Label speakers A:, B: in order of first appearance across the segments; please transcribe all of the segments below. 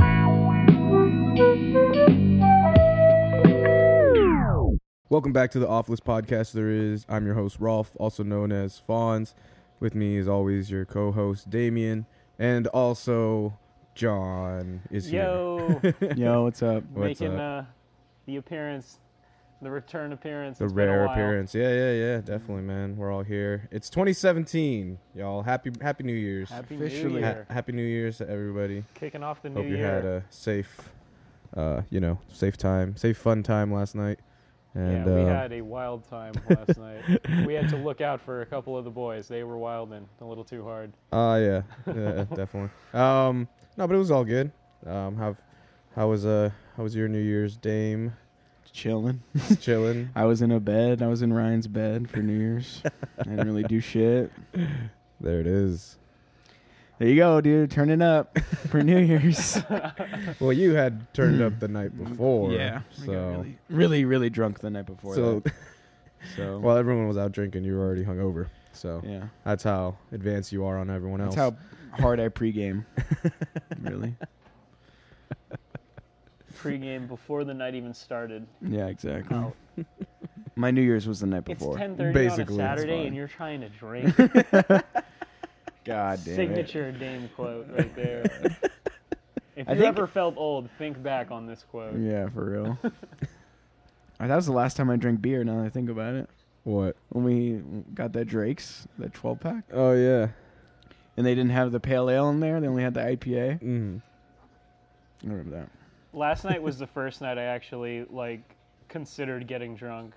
A: Oh
B: Welcome back to the Off List Podcast. There is I'm your host Rolf, also known as Fawns. With me, as always, your co-host Damien, and also John is
C: Yo,
B: here.
A: Yo, what's up?
B: What's
C: making
B: up?
C: Uh, the appearance, the return appearance.
B: the
C: It's been a
B: rare
C: while.
B: appearance. Yeah, yeah, yeah, definitely, man. We're all here. It's 2017, y'all. Happy Happy New Year's.
C: Happy New
A: Officially.
B: Ha-
C: Year.
B: happy New Year's to everybody.
C: Kicking off the new
B: Hope you
C: year.
B: had a safe, uh, you know, safe time, safe fun time last night. And
C: yeah, we
B: uh,
C: had a wild time last night. We had to look out for a couple of the boys. They were wilding a little too hard.
B: Uh yeah, yeah definitely. Um, no, but it was all good. Um, how how was uh how was your New Year's Dame?
A: Chilling.
B: Chilling.
A: I was in a bed. I was in Ryan's bed for New Year's. I didn't really do shit.
B: There it is.
A: There you go, dude. Turning up for New Year's.
B: Well, you had turned up the night before.
A: Mm. yeah. I got
B: So
A: really, really, really drunk the night before.
B: so
A: that. so
B: while everyone was out drinking, you were already hungover. So
A: yeah,
B: that's how advanced you are on everyone else.
A: that's how hard I pregame. really?
C: Pre-game before the night even started.
A: Yeah, exactly.
C: Oh,
A: My New Year's was the night
C: it's
A: before.
C: 10:30 on a
B: Basically, that's
C: Saturday,
B: fine.
C: and you're trying to drink.
A: God damn it.
C: Signature Dame quote right there. If
A: I
C: you
A: think-
C: ever felt old, think back on this quote.
A: Yeah, for real. Uh, that was the last time I drank beer. Now that I think about it,
B: What?
A: when we got that Drake's, that twelve pack.
B: Oh yeah.
A: and they didn't have the pale ale in there. They only had the IPA.
B: Mm.
A: I remember that.
C: Last night was the first night I actually like considered getting drunk.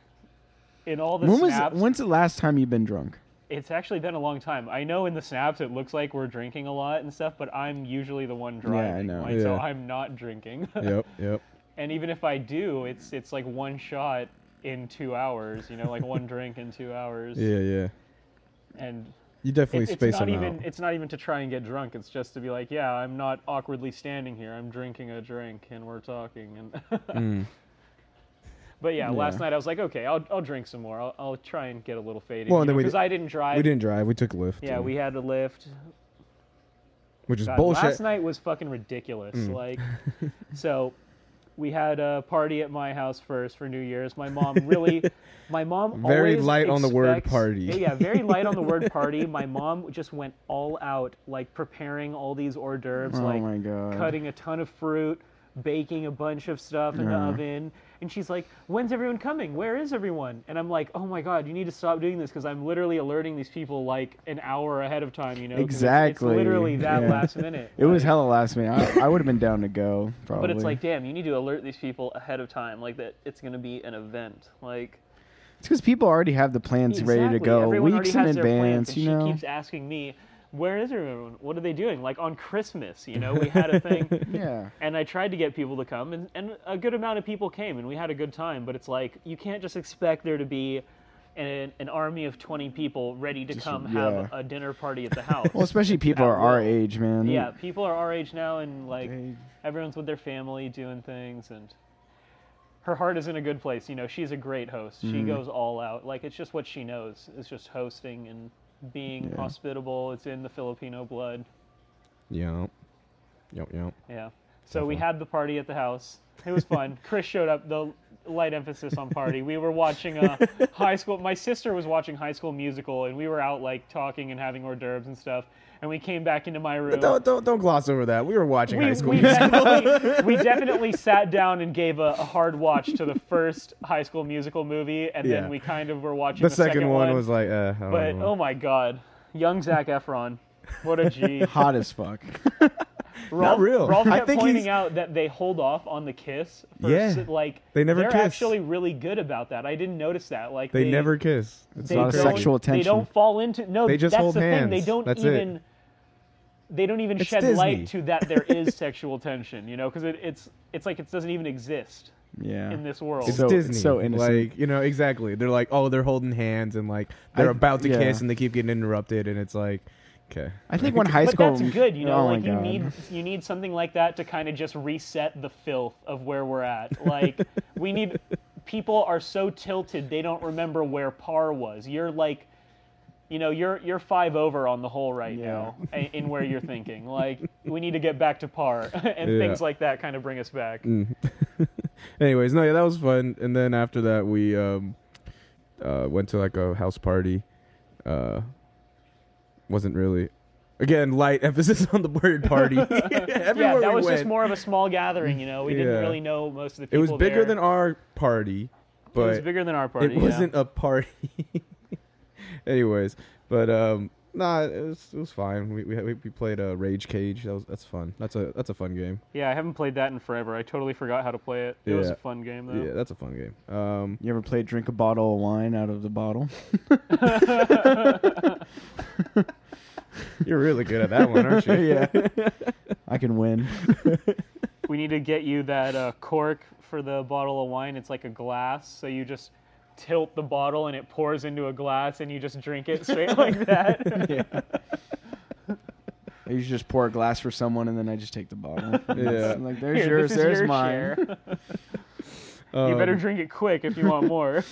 C: In all the
A: when was
C: snaps,
A: when's the last time you've been drunk?
C: it's actually been a long time. I know in the snaps it looks like we're drinking a lot and stuff, but I'm usually the one
A: Yeah, I
C: driving.
A: know.
C: Like, So
B: Yeah.
C: I'm not drinking.
B: Yep. Yep.
C: and even if I do, it's it's like one shot in two hours. You know, like one drink in two hours.
B: Yeah. Yeah.
C: And
B: You definitely
C: it-
B: space
C: it's not
B: them
C: even
B: out.
C: it's not even to try and get drunk. It's just to be like, yeah, I'm not awkwardly standing here. I'm drinking a drink and we're talking. And
B: Mm.
C: but yeah, last
A: Yeah.
C: night I was like, okay, I'll I'll drink some more. I'll, I'll try and get a little faded.
B: Well,
C: Well,
B: and then we
C: because
B: di-
C: I didn't drive.
B: We didn't drive. We took Lyft.
C: Yeah,
B: and-
C: we had a lift.
B: Which is
C: God,
B: bullshit. Mm.
C: Last night was fucking ridiculous. Like, so we had a party at my house first for New Year's. My mom really, my mom
B: Very
C: always
B: light on the word
C: expects-
B: party.
C: Yeah, yeah, very light on the word party. My mom just went all out, like preparing all these hors d'oeuvres,
A: oh
C: like
A: my god!
C: cutting a ton of fruit, baking a bunch of stuff in the
A: Uh-huh.
C: oven. And she's like, "When's everyone coming? Where is everyone?" And I'm like, "Oh my god, you need to stop doing this because I'm literally alerting these people like an hour ahead of time, you know? 'cause it's-
A: Exactly,
C: It's, literally that
A: yeah.
C: last minute.
A: It was
C: like-
A: hella last minute. I, I would have been down to go probably.
C: But it's like, damn, you need to alert these people ahead of time, like that it's going to be an event. Like
A: because people already have the plans ready to
C: Exactly,
A: go
C: everyone already
A: weeks in
C: has their plans,
A: advance.
C: and
A: You know,
C: she keeps asking me, "Where is everyone? What are they doing?" Like on Christmas, you know, we had a thing.
A: yeah.
C: and I tried to get people to come, and, and a good amount of people came, and we had a good time. But it's like you can't just expect there to be an, an army of twenty people ready to come have
A: yeah.
C: a dinner party at the house.
A: Well, especially people
C: At
A: are our
C: will.
A: age, man.
C: yeah, people are our age now, and like
A: They-
C: everyone's with their family doing things, and her heart is in a good place. You know, she's a great host. She goes all out. Like it's just what she knows. It's just hosting and being
A: Yeah.
C: hospitable. It's in the Filipino blood.
B: Yep. Yep. Yep.
C: Yeah. So we had the party at the house. It was fun. Chris showed up. The light emphasis on party. We were watching uh, High School. My sister was watching High School Musical, and we were out like talking and having hors d'oeuvres and stuff. And we came back into my room.
B: Don't, don't don't gloss over that. We were watching
C: we,
B: High School
C: we
B: Musical.
C: definitely, we definitely sat down and gave a, a hard watch to the first High School Musical movie, and
B: Yeah.
C: then we kind of were watching
B: The,
C: the,
B: second, one, was like, uh, I don't
C: But
B: know.
C: oh my god, young Zach Efron, what a G!
A: hot as fuck.
C: Rolf,
B: real.
C: Rolf
B: I
C: kept
B: think
C: pointing
B: he's-
C: out that they hold off on the kiss. For
B: Yeah.
C: s- like
B: They never
C: They're
B: kiss.
C: actually really good about that. I didn't notice that. Like
B: they, never kiss. It's
C: they
A: not a
C: don't-
B: sexy.
A: sexual
C: They
A: tension.
C: don't fall into no.
B: They just
C: that's
B: hold
C: the
B: hands.
C: Thing. They don't
B: That's it.
C: even. They don't even
B: It's
C: shed
B: Disney.
C: light to that there is sexual tension. You know, because it, it's it's like it doesn't even exist
A: Yeah.
C: in this world.
B: It's
A: So-
B: Disney.
A: it's so innocent.
B: Like you know exactly. They're like, oh, they're holding hands and like they're
A: I-
B: about to
A: yeah.
B: kiss and they keep getting interrupted and it's like, okay.
A: I think when high
C: but
A: school.
C: that's good, you know.
A: Oh
C: like
A: my
C: you
A: God.
C: need you need something like that to kind of just reset the filth of where we're at. Like we need people are so tilted they don't remember where par was. You're like, you know, you're you're five over on the hole right
A: Yeah.
C: now in, in where you're thinking. Like we need to get back to par, and
B: Yeah. Mm.
C: things like that kind of bring us back.
B: Anyways, no, yeah, that was fun. And then after that, we um, uh, went to like a house party. Uh, wasn't really, again, light emphasis on the word party.
C: yeah,
B: Everywhere
C: that
B: we
C: was
B: went,
C: just more of a small gathering. You know, we
B: Yeah.
C: didn't really know most of the
B: it
C: people.
B: was bigger
C: there.
B: than our party, but
C: it was bigger than our party.
B: it wasn't a party. Anyways, but um, nah, it was, it was fine. We we had- we we played a uh, Rage Cage. That was that's fun. That's a that's a fun game.
C: Yeah. yeah, I haven't played that in forever. I totally forgot how to play it. It was
B: Yeah.
C: a fun game though.
B: Yeah, that's a fun game. Um,
A: You ever played drink a bottle of wine out of the bottle?
B: you're really good at that one, aren't you?
A: yeah. I can win.
C: We need to get you that uh, cork for the bottle of wine. It's like a glass, so you just tilt the bottle and it pours into a glass, and you just drink it straight like that.
A: Yeah. I usually just pour a glass for someone and then I just take the bottle.
B: Yeah.
A: I'm like, there's
C: Here,
A: yours,
C: this is
A: there's
C: your
A: mine. Um,
C: share.
B: Um,
C: you better drink it quick if you want more.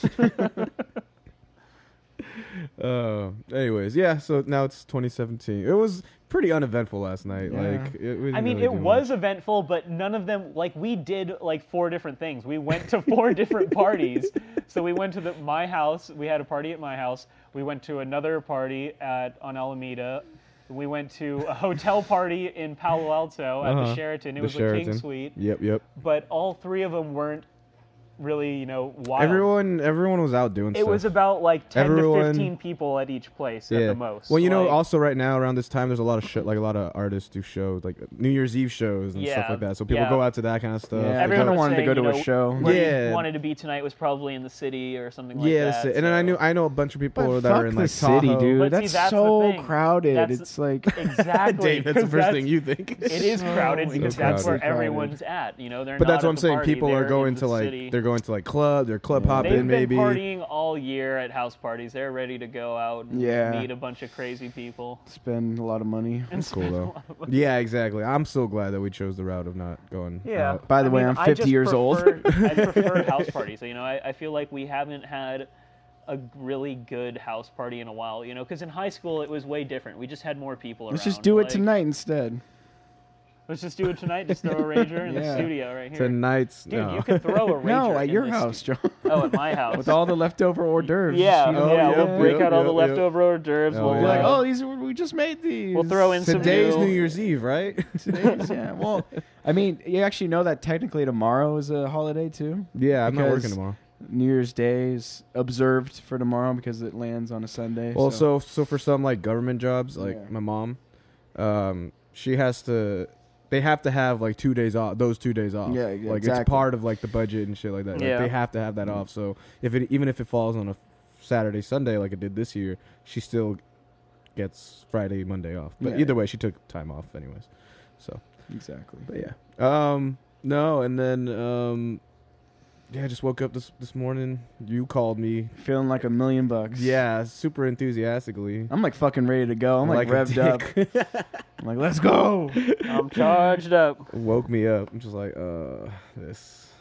B: Uh, anyways, yeah. So now it's 2017. It was pretty uneventful last night.
A: Yeah.
B: Like, it, we
C: I
B: didn't
C: mean,
B: really
C: it
B: do
C: was
B: much.
C: eventful, but none of them like we did like four different things. We went to four different parties. So we went to the my house. We had a party at my house. We went to another party at on Alameda. We went to a hotel party in Palo Alto at
B: Uh-huh.
C: the Sheraton. It
B: The
C: was a
B: Sheraton.
C: king suite,
B: Yep, yep.
C: but all three of them weren't really you know wild.
B: Everyone, everyone was out doing
C: It
B: stuff.
C: was about like ten
B: Everyone-
C: to fifteen people at each place at the most.
B: Well, you know,
C: Like,
B: also right now around this time, there's a lot of shit. Like a lot of artists do shows, like New Year's Eve shows and stuff
C: Yeah,
B: like that. So people
C: yeah.
B: go out to that kind of stuff.
A: Yeah,
B: They
C: Everyone
B: go-
A: I
C: was
A: wanted to
C: saying,
A: go
C: you
A: to a
C: know,
A: show.
C: Where
B: Yeah.
C: you wanted to be tonight was probably in the city or something like
B: yes,
C: that.
B: and then I
C: so-
B: knew I know a bunch of people
A: But
B: that
A: fuck
B: are in
A: the
B: like
A: city,
B: Tahoe.
A: dude.
C: But see,
A: that's,
C: that's the
A: so
C: thing.
A: crowded.
C: That's-
A: it's like
C: Exactly.
B: Dave, that's the
C: 'cause
B: first thing you think.
C: It is crowded
A: So
C: because that's where
A: crowded.
C: everyone's at. You know, they're.
B: But
C: not
B: that's what
C: at
B: I'm
C: the
B: saying.
C: party,
B: People
C: they're
B: are
C: in
B: going
C: the
B: to like
C: city.
B: they're going to like club. They're club
A: Yeah.
B: hopping
C: They've
B: maybe.
C: been partying all year at house parties. They're ready to go out and
A: Yeah.
C: meet a bunch of crazy people.
A: spend a lot of money.
B: That's cool though. yeah, exactly. I'm so glad that we chose the route of not going.
C: Uh,
B: out.
A: By the way, I'm 50
C: just
A: years old.
C: prefer- I prefer house parties. You know, I, I feel like we haven't had a really good house party in a while. You know, because in high school it was way different. We just had more people
A: Let's
C: around.
A: just do it
C: Like,
A: tonight instead.
C: Let's just do it tonight. Just throw a ranger in
A: Yeah.
C: the studio right here.
B: Tonight's
C: Dude,
B: no.
C: you could throw a ranger.
A: No, at
C: in
A: your
C: this
A: house, John.
C: stu- Oh, at my house.
A: With all the leftover hors d'oeuvres.
C: Yeah,
A: you know?
B: Oh,
C: yeah.
B: yep,
C: we'll break
B: yep,
C: out all the
B: yep, yep.
C: leftover hors d'oeuvres.
B: Oh,
C: we'll
A: We're like,
B: yeah.
C: uh,
A: oh, these are, we just made these.
C: We'll throw in some
B: Today's
C: new-
B: New Year's Eve, right?
A: Today's, yeah. Well, I mean, you actually know that technically tomorrow is a holiday too.
B: yeah, I'm not
A: Because-
B: working tomorrow.
A: New Year's Day is observed for tomorrow because it lands on a Sunday.
B: Well,
A: so
B: so so for some like government jobs, like
A: Yeah.
B: my mom, um, she has to. They have to have like two days off. Those two days off.
A: Yeah,
B: like
A: yeah,
B: it's
A: exactly.
B: part of like the budget and shit like that. Like,
C: Yeah.
B: they have to have that off. So if it even if it falls on a Saturday Sunday like it did this year, she still gets Friday Monday off. But
A: Yeah,
B: either
A: yeah.
B: way, she took time off anyways. So
A: exactly.
B: But yeah. Um no, and then um yeah, I just woke up this this morning. You called me.
A: Feeling like a million bucks.
B: Yeah, super enthusiastically.
A: I'm like fucking ready to go. I'm like,
B: Like a
A: revved up. I'm like, let's go.
C: I'm charged up.
B: Woke me up. I'm just like, uh this.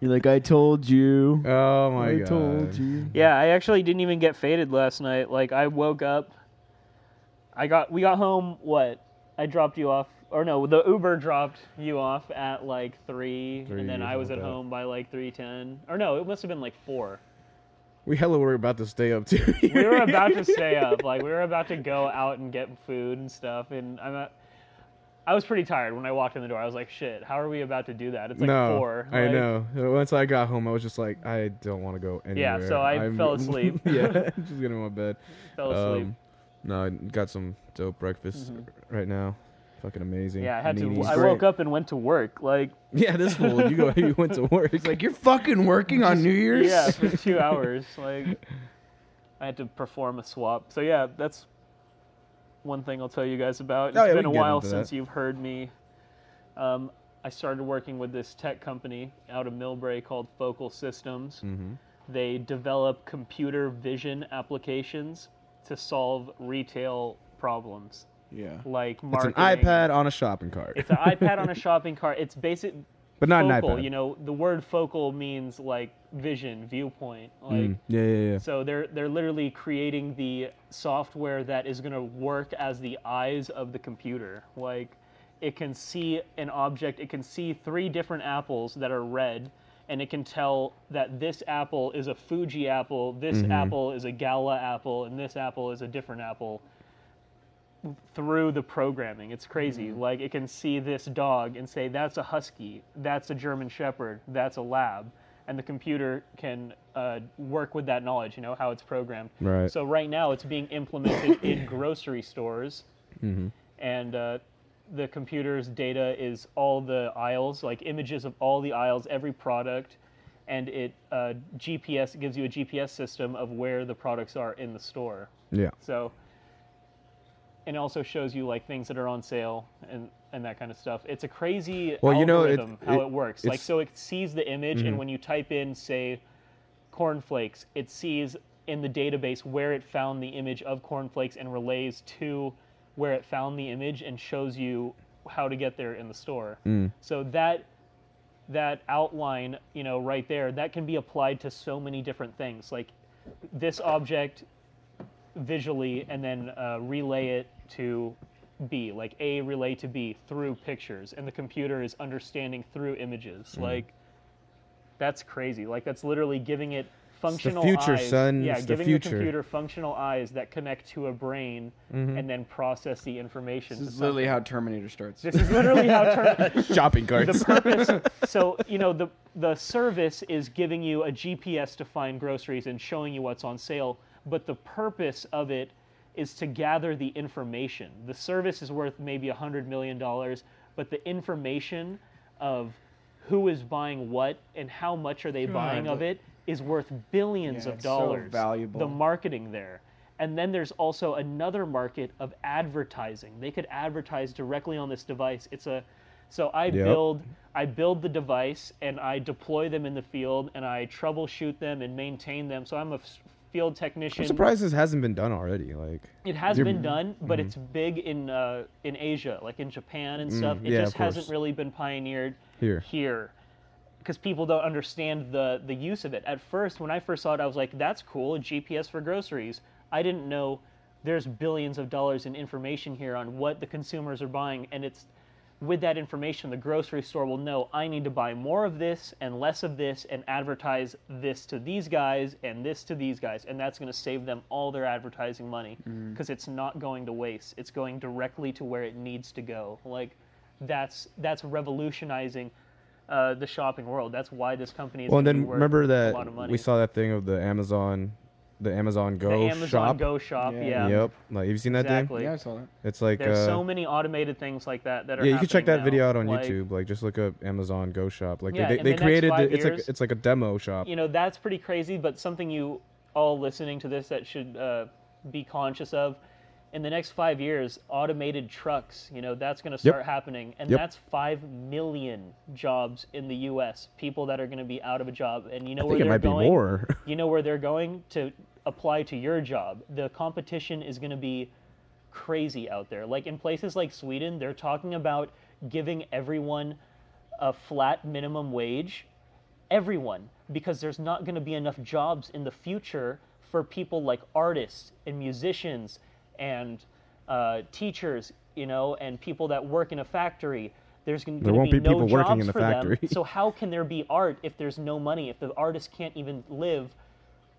A: You're like, I told you.
B: Oh my
A: I
B: god.
A: told you.
C: Yeah, I actually didn't even get faded last night. Like I woke up. I got we got home. What? I dropped you off, or no, the Uber dropped you off at like three,
B: Three
C: and then
B: or
C: I was at
B: something like that.
C: home by like three ten, or no, it must have been like four.
B: We hella were about to stay up too.
C: we were about to stay up. Like we were about to go out and get food and stuff. And I'm at, I was pretty tired when I walked in the door. I was like, shit, how are we about to do that? It's like
B: no,
C: four.
B: I
C: Like,
B: know. Once I got home, I was just like, I don't want to go anywhere.
C: Yeah, so I
B: I'm-
C: fell asleep.
B: yeah, just getting in my bed.
C: Fell asleep. Mm-hmm.
B: Um, no, I got some dope breakfast right now. Fucking amazing.
C: yeah, I had to.
B: Needies.
C: I
A: Great.
C: woke up and went to work. Like
B: Yeah, this fool. You go. You went to work.
A: It's like you're fucking working on New Year's.
C: yeah, for two hours. Like I had to perform a swap. So yeah, that's one thing I'll tell you guys about. It's
B: Oh, yeah, we
C: been a
B: can get
C: while
B: into that.
C: since you've heard me. Um, I started working with this tech company out of Millbrae called Focal Systems.
B: Mm-hmm.
C: They develop computer vision applications to solve retail problems
A: Yeah.
C: like
B: it's an
C: marketing.
B: iPad on a shopping cart,
C: It's an iPad on a shopping cart. It's basic
B: but not
C: focal.
B: an iPad.
C: You know, the word focal means like vision, viewpoint. Like
B: Mm, yeah, yeah, yeah.
C: so they're they're literally creating the software that is going to work as the eyes of the computer. Like it can see an object, it can see three different apples that are red, and it can tell that this apple is a Fuji apple, this
B: Mm-hmm.
C: apple is a Gala apple, and this apple is a different apple through the programming. It's crazy. Like it can see this dog and say that's a husky, that's a German shepherd, that's a lab, and the computer can uh, work with that knowledge. You know how it's programmed.
B: Right.
C: So right now it's being implemented in grocery stores, and uh, the computer's data is all the aisles, like images of all the aisles, every product. And it uh, GPS gives you a GPS system of where the products are in the store.
B: Yeah.
C: So, and it also shows you like things that are on sale and and that kind of stuff. It's a crazy
B: Well, you know, it-
C: algorithm how
B: it-
C: it, works. Like
B: it's- Mm-hmm.
C: so, it sees the image, and when you type in say cornflakes, it sees in the database where it found the image of cornflakes and relays to where it found the image and shows you how to get there in the store.
B: Mm.
C: So that that outline, you know, right there, that can be applied to so many different things. Like this object visually and then uh, relay it to B, like A relay to B through pictures, and the computer is understanding through images.
B: Mm-hmm.
C: Like that's crazy. Like that's literally giving it functional
B: future,
C: eyes.
B: son.
C: Yeah,
B: It's the
C: giving
B: future.
C: the computer functional eyes that connect to a brain
B: Mm-hmm.
C: and then process the information.
A: This
C: to
A: is
C: something.
A: literally how Terminator starts.
C: This is literally how Terminator
B: Shopping carts.
C: the purpose so you know the the service is giving you a gps to find groceries and showing you what's on sale but the purpose of it is to gather the information the service is worth maybe a hundred million dollars but the information of who is buying what and how much are they buying of it is worth billions
A: Hmm. Yeah,
C: of
A: it's so
C: dollars
A: valuable.
C: the marketing there and then there's also another market of advertising they could advertise directly on this device it's a so i
B: Yep.
C: build i build the device and i deploy them in the field and i troubleshoot them and maintain them so i'm a f- field technician
B: I'm surprised this hasn't been done already. Like,
C: it has
B: You're- Mm-hmm.
C: been done, but it's big in uh, in Asia, like in Japan and stuff. It
B: Mm, yeah,
C: just
B: of course.
C: hasn't really been pioneered
B: Here.
C: because people don't understand the the use of it. At first, when I first saw it, I was like, "That's cool, a GPS for groceries." I didn't know there's billions of dollars in information here on what the consumers are buying, and it's with that information, the grocery store will know I need to buy more of this and less of this and advertise this to these guys and this to these guys. And that's going to save them all their advertising money because it's not going to waste. It's going directly to where it needs to go. Like, that's that's revolutionizing uh, the shopping world. That's why this company is
B: well, and
C: gonna be
B: then
C: worth
B: remember
C: a lot of
B: that
C: money.
B: we saw that thing of the Amazon, the Amazon Go
C: the Amazon
B: shop.
C: Go shop.
A: Yeah.
C: Yeah.
B: Yep. Like, have you seen that thing?
C: Exactly.
A: yeah, I saw that.
B: It's like
C: There's
B: uh,
C: so many automated things like that that are.
B: yeah, you can check that
C: happening
B: video
C: now.
B: out on
C: Like,
B: YouTube. Like, just look up Amazon Go shop. Like,
C: Yeah,
B: they,
C: in
B: they
C: the next
B: created
C: five
B: the, it's
C: years-
B: like it's like a demo shop.
C: you know that's pretty crazy but something you all listening to this that should uh, be conscious of in the next five years automated trucks you know that's going to start happening and
B: Yep.
C: that's five million jobs in the us people that are going to be out of a job and you know
B: I
C: where
B: think it
C: they're
B: might be
C: going
B: more.
C: you know where they're going to apply to your job. The competition is going to be crazy out there. Like in places like Sweden, they're talking about giving everyone a flat minimum wage, everyone, because there's not going to be enough jobs in the future for people like artists and musicians and uh, teachers, you know, and people that work in a factory. There's going to
B: won't
C: be,
B: be
C: no
B: people working
C: jobs
B: in the
C: for them.
B: factory.
C: So how can there be art if there's no money? If the artist can't even live,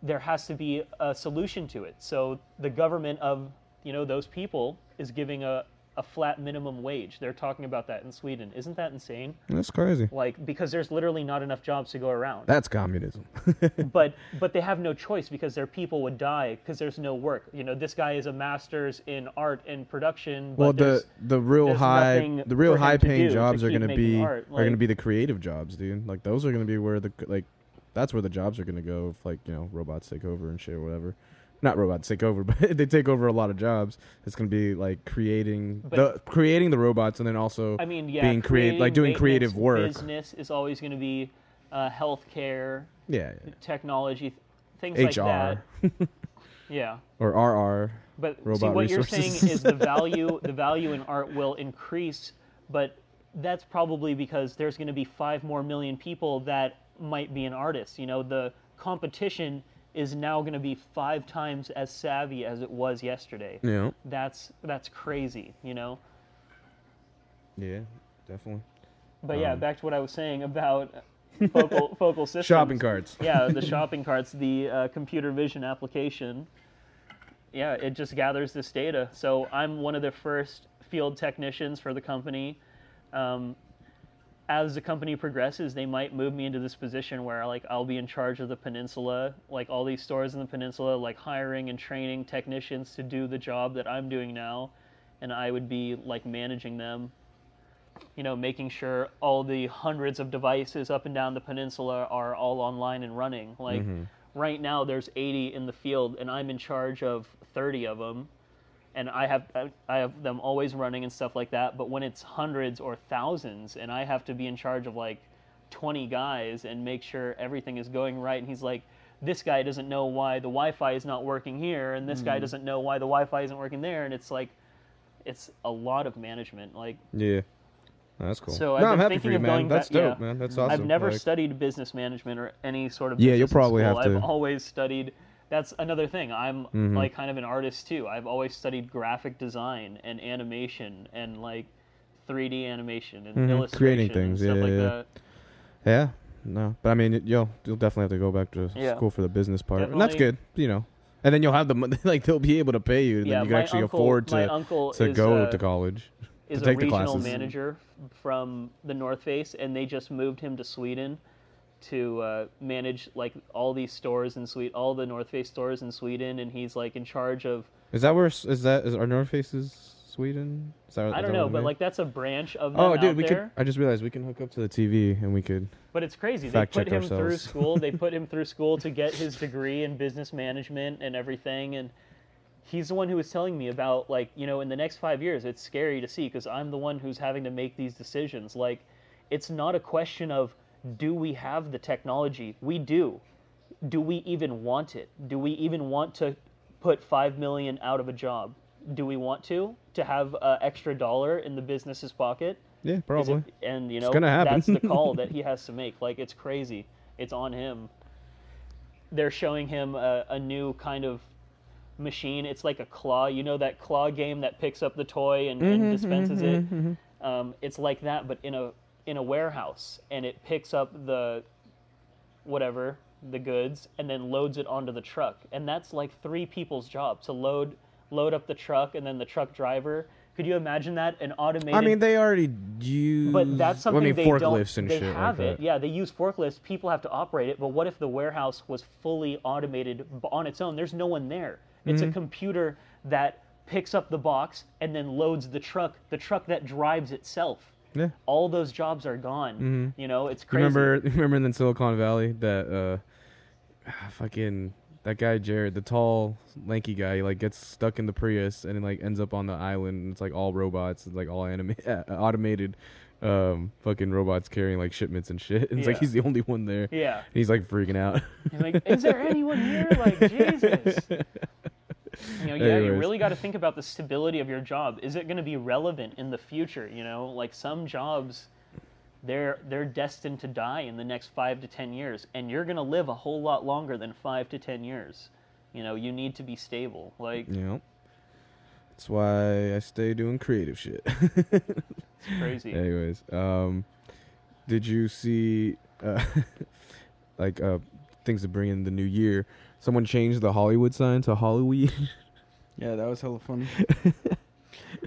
C: there has to be a solution to it. So the government of you know those people is giving a a flat minimum wage. They're talking about that in Sweden. Isn't that insane?
B: That's crazy.
C: Like because there's literally not enough jobs to go around.
B: That's communism.
C: But but they have no choice because their people would die because there's no work. You know, this guy is a master's in art and production. But
B: well,
C: there's-
B: the the real
C: there's
B: high
C: nothing
B: the real
C: for him
B: high
C: to
B: paying
C: do to
B: jobs are
C: keep
B: going to
C: making
B: be
C: art,
B: are
C: like-
B: going to be the creative jobs, dude. Like those are going to be where the like that's where the jobs are going to go if like you know robots take over and shit or whatever. Not robots take over, but they take over a lot of jobs. It's going to be like creating the
C: But-
B: creating the robots and then also
C: I mean, yeah,
B: being creative like doing
C: creating,
B: creative
C: maintenance,
B: work.
C: Business is always going to be uh, healthcare,
B: Yeah, yeah.
C: technology, th- things like that.
B: HR
C: Yeah.
B: or RR.
C: But see,
B: Robot
C: what you're
B: resources.
C: saying is the value, the value in art will increase, but that's probably because there's going to be five more million people that might be an artist. You know, the competition is now going to be five times as
B: Mm.
C: savvy as it was yesterday.
B: Yeah.
C: That's that's crazy. You know,
B: Yeah, definitely.
C: But yeah,
B: Um,
C: back to what I was saying about focal focal systems.
B: Shopping carts.
C: yeah, the shopping carts, the uh, computer vision application. Yeah, it just gathers this data. So I'm one of the first field technicians for the company. Um, as the company progresses, they might move me into this position where like I'll be in charge of the peninsula, like all these stores in the peninsula, like hiring and training technicians to do the job that I'm doing now, and I would be like managing them you know, making sure all the hundreds of devices up and down the peninsula are all online and running. Like right now, there's 80 in the field, and I'm in charge of 30 of them, and I have I- I have them always running and stuff like that. But when it's hundreds or thousands, and I have to be in charge of like 20 guys and make sure everything is going right, and he's like. This guy doesn't know why the Wi-Fi is not working here, and this guy doesn't know why the Wi-Fi isn't working there, and it's like, it's a lot of management. Like,
B: Yeah, No, that's cool.
C: So I've
B: no,
C: been
B: I'm happy
C: thinking
B: for you,
C: of
B: man.
C: going
B: That's
C: back-
B: dope,
C: yeah.
B: man. That's awesome.
C: I've never
B: Like,
C: studied business management or any sort of.
B: Yeah, you'll
C: business in
B: probably
C: school.
B: have to. Mm-hmm.
C: I've always studied. That's another thing. I'm like kind of an artist too. I've always studied graphic design and animation and like 3D animation and
B: Mhm,
C: illustration
B: creating
C: and
B: things,
C: stuff
B: yeah,
C: like
B: yeah, yeah.
C: that.
B: yeah, no, but I mean, it- you'll you'll definitely have to go back to
C: Yeah.
B: school for the business part, and that's good.
C: Definitely.
B: You know, and then you'll have the money. Like they'll be able to pay you, and
C: Yeah,
B: then you can
C: my
B: actually
C: uncle-
B: afford
C: my
B: to
C: uncle
B: to
C: is,
B: go
C: uh,
B: to college.
C: is
B: take
C: a
B: the
C: regional
B: classes.
C: manager from the North Face, and they just moved him to Sweden to uh, manage like all these stores in Sweden, all the North Face stores in Sweden, and he's like in charge of
B: Is that where? s- Is that is our North faces Sweden? Is that,
C: I
B: is
C: don't
B: that
C: know,
B: what it
C: but
B: is?
C: like that's a branch of them
B: Oh,
C: out
B: dude, we could.
C: there.
B: I just realized we can hook up to the TV and we could.
C: But it's crazy. They
B: fact
C: put
B: check
C: him through
B: ourselves.
C: school. They put him through school to get his degree in business management and everything. And he's the one who was telling me about like you know in the next five years it's scary to see because I'm the one who's having to make these decisions. Like it's not a question of do we have the technology? We do. Do we even want it? Do we even want to put five million out of a job? Do we want to to have an extra dollar in the business's pocket?
B: Yeah,
C: Is
B: probably.
C: it- and you know,
B: gonna happen.
C: that's the call that he has to make. Like it's crazy. It's on him. They're showing him a, a new kind of machine. It's like a claw. You know that claw game that picks up the toy and,
B: Mm-hmm,
C: and dispenses it. Um, it's like that, but in a in a warehouse, and it picks up the whatever the goods and then loads it onto the truck and that's like three people's job to load load up the truck and then the truck driver could you imagine that an automated
B: I mean, they already use.
C: but that's
B: well,
C: something
B: I mean,
C: they
B: forklifts
C: don't.
B: and
C: they
B: shit
C: have
B: like
C: it.
B: that.
C: Yeah, they use forklifts. People have to operate it. But what if the warehouse was fully automated b- on its own? There's no one there. It's
B: Mm-hmm.
C: a computer that picks up the box and then loads the truck. The truck that drives itself.
B: Yeah. Mm-hmm.
C: All those jobs are gone. You know, it's
B: You
C: crazy.
B: remember, you remember in Silicon Valley that uh, ah, fucking that guy Jared, the tall, lanky guy, like gets stuck in the Prius and then, like ends up on the island. And it's like all robots, it's like all anima- automated, um, fucking robots carrying like shipments and shit. And it's like
C: Yeah.
B: he's the only one there.
C: Yeah.
B: And he's like freaking out.
C: And like, is there anyone here? Like, Jesus. You know, yeah, you
B: Anyways.
C: really got to think about the stability of your job. Is it going to be relevant in the future? You know, like some jobs, they're they're destined to die in the next five to ten years, and you're going to live a whole lot longer than five to ten years. You know, you need to be stable. Like,
B: you know, that's why I stay doing creative shit.
C: it's crazy.
B: Anyways, um, did you see uh, like uh, things to bring in the new year? Someone changed the Hollywood sign to Hollyweed.
A: Yeah, that was hella funny.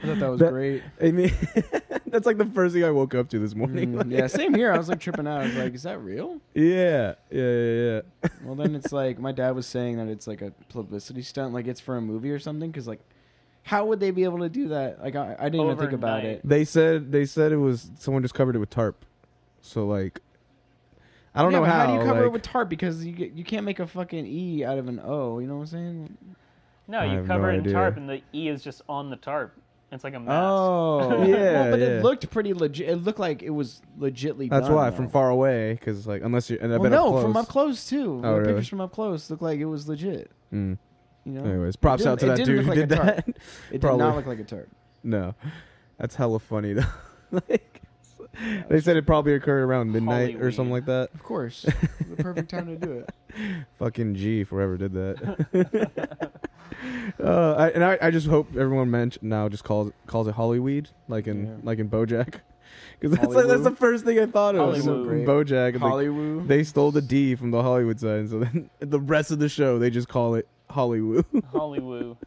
A: I thought that was
B: That-
A: great.
B: I mean, that's like the first thing I woke up to this morning.
A: Mm, yeah, same here. I was like tripping out. I was like, is that real?
B: yeah, yeah, yeah, yeah.
A: Well, then it's like my dad was saying that it's like a publicity stunt, like it's for a movie or something. Because like, how would they be able to do that? Like, I, I didn't even think about
C: Overnight.
A: it.
B: They said they said it was someone just covered it with tarp. So like, I don't
A: Yeah,
B: know
A: but
B: how.
A: do you cover it
B: like-
A: with tarp? Because you get, you can't make a fucking e out of an o. You know what I'm saying?
C: No,
B: I
C: you
B: have no
C: cover it in
B: idea.
C: tarp, and the e is just on the tarp. It's like a mask.
A: Oh,
B: Yeah,
A: Well, but
B: yeah.
A: it looked pretty legit. It looked like it was legitly.
B: that's
A: done,
B: why
A: though.
B: from far away, because like unless you're and I
A: Well,
B: bet up
A: no,
B: close.
A: from up close too.
B: Oh,
A: The
B: really?
A: Pictures from up close look like it was legit.
B: Mm.
A: You know.
B: Anyways, props
A: didn't-
B: out to
A: it
B: that
A: didn't
B: dude
A: look
B: who
A: like
B: did
A: a tarp.
B: that.
A: It
B: Probably.
A: did not look like a tarp.
B: No, that's hella funny though. like, they said it probably occurred aroround midnight or something like that.
A: Of course, the perfect time to do it.
B: Fucking G, forever did that. Uh, I, and I, I just hope everyone mench now just calls calls it Hollyweed, like in
A: Yeah.
B: like in BoJack, because that's like, that's the
A: Hollywoo?
B: first thing I thought of.
C: Hollywoo.
B: in BoJack. and, like,
A: Hollywood.
B: they stole the D from the Hollywood sign, so then the rest of the show they just call it Hollywood.
C: Hollywood.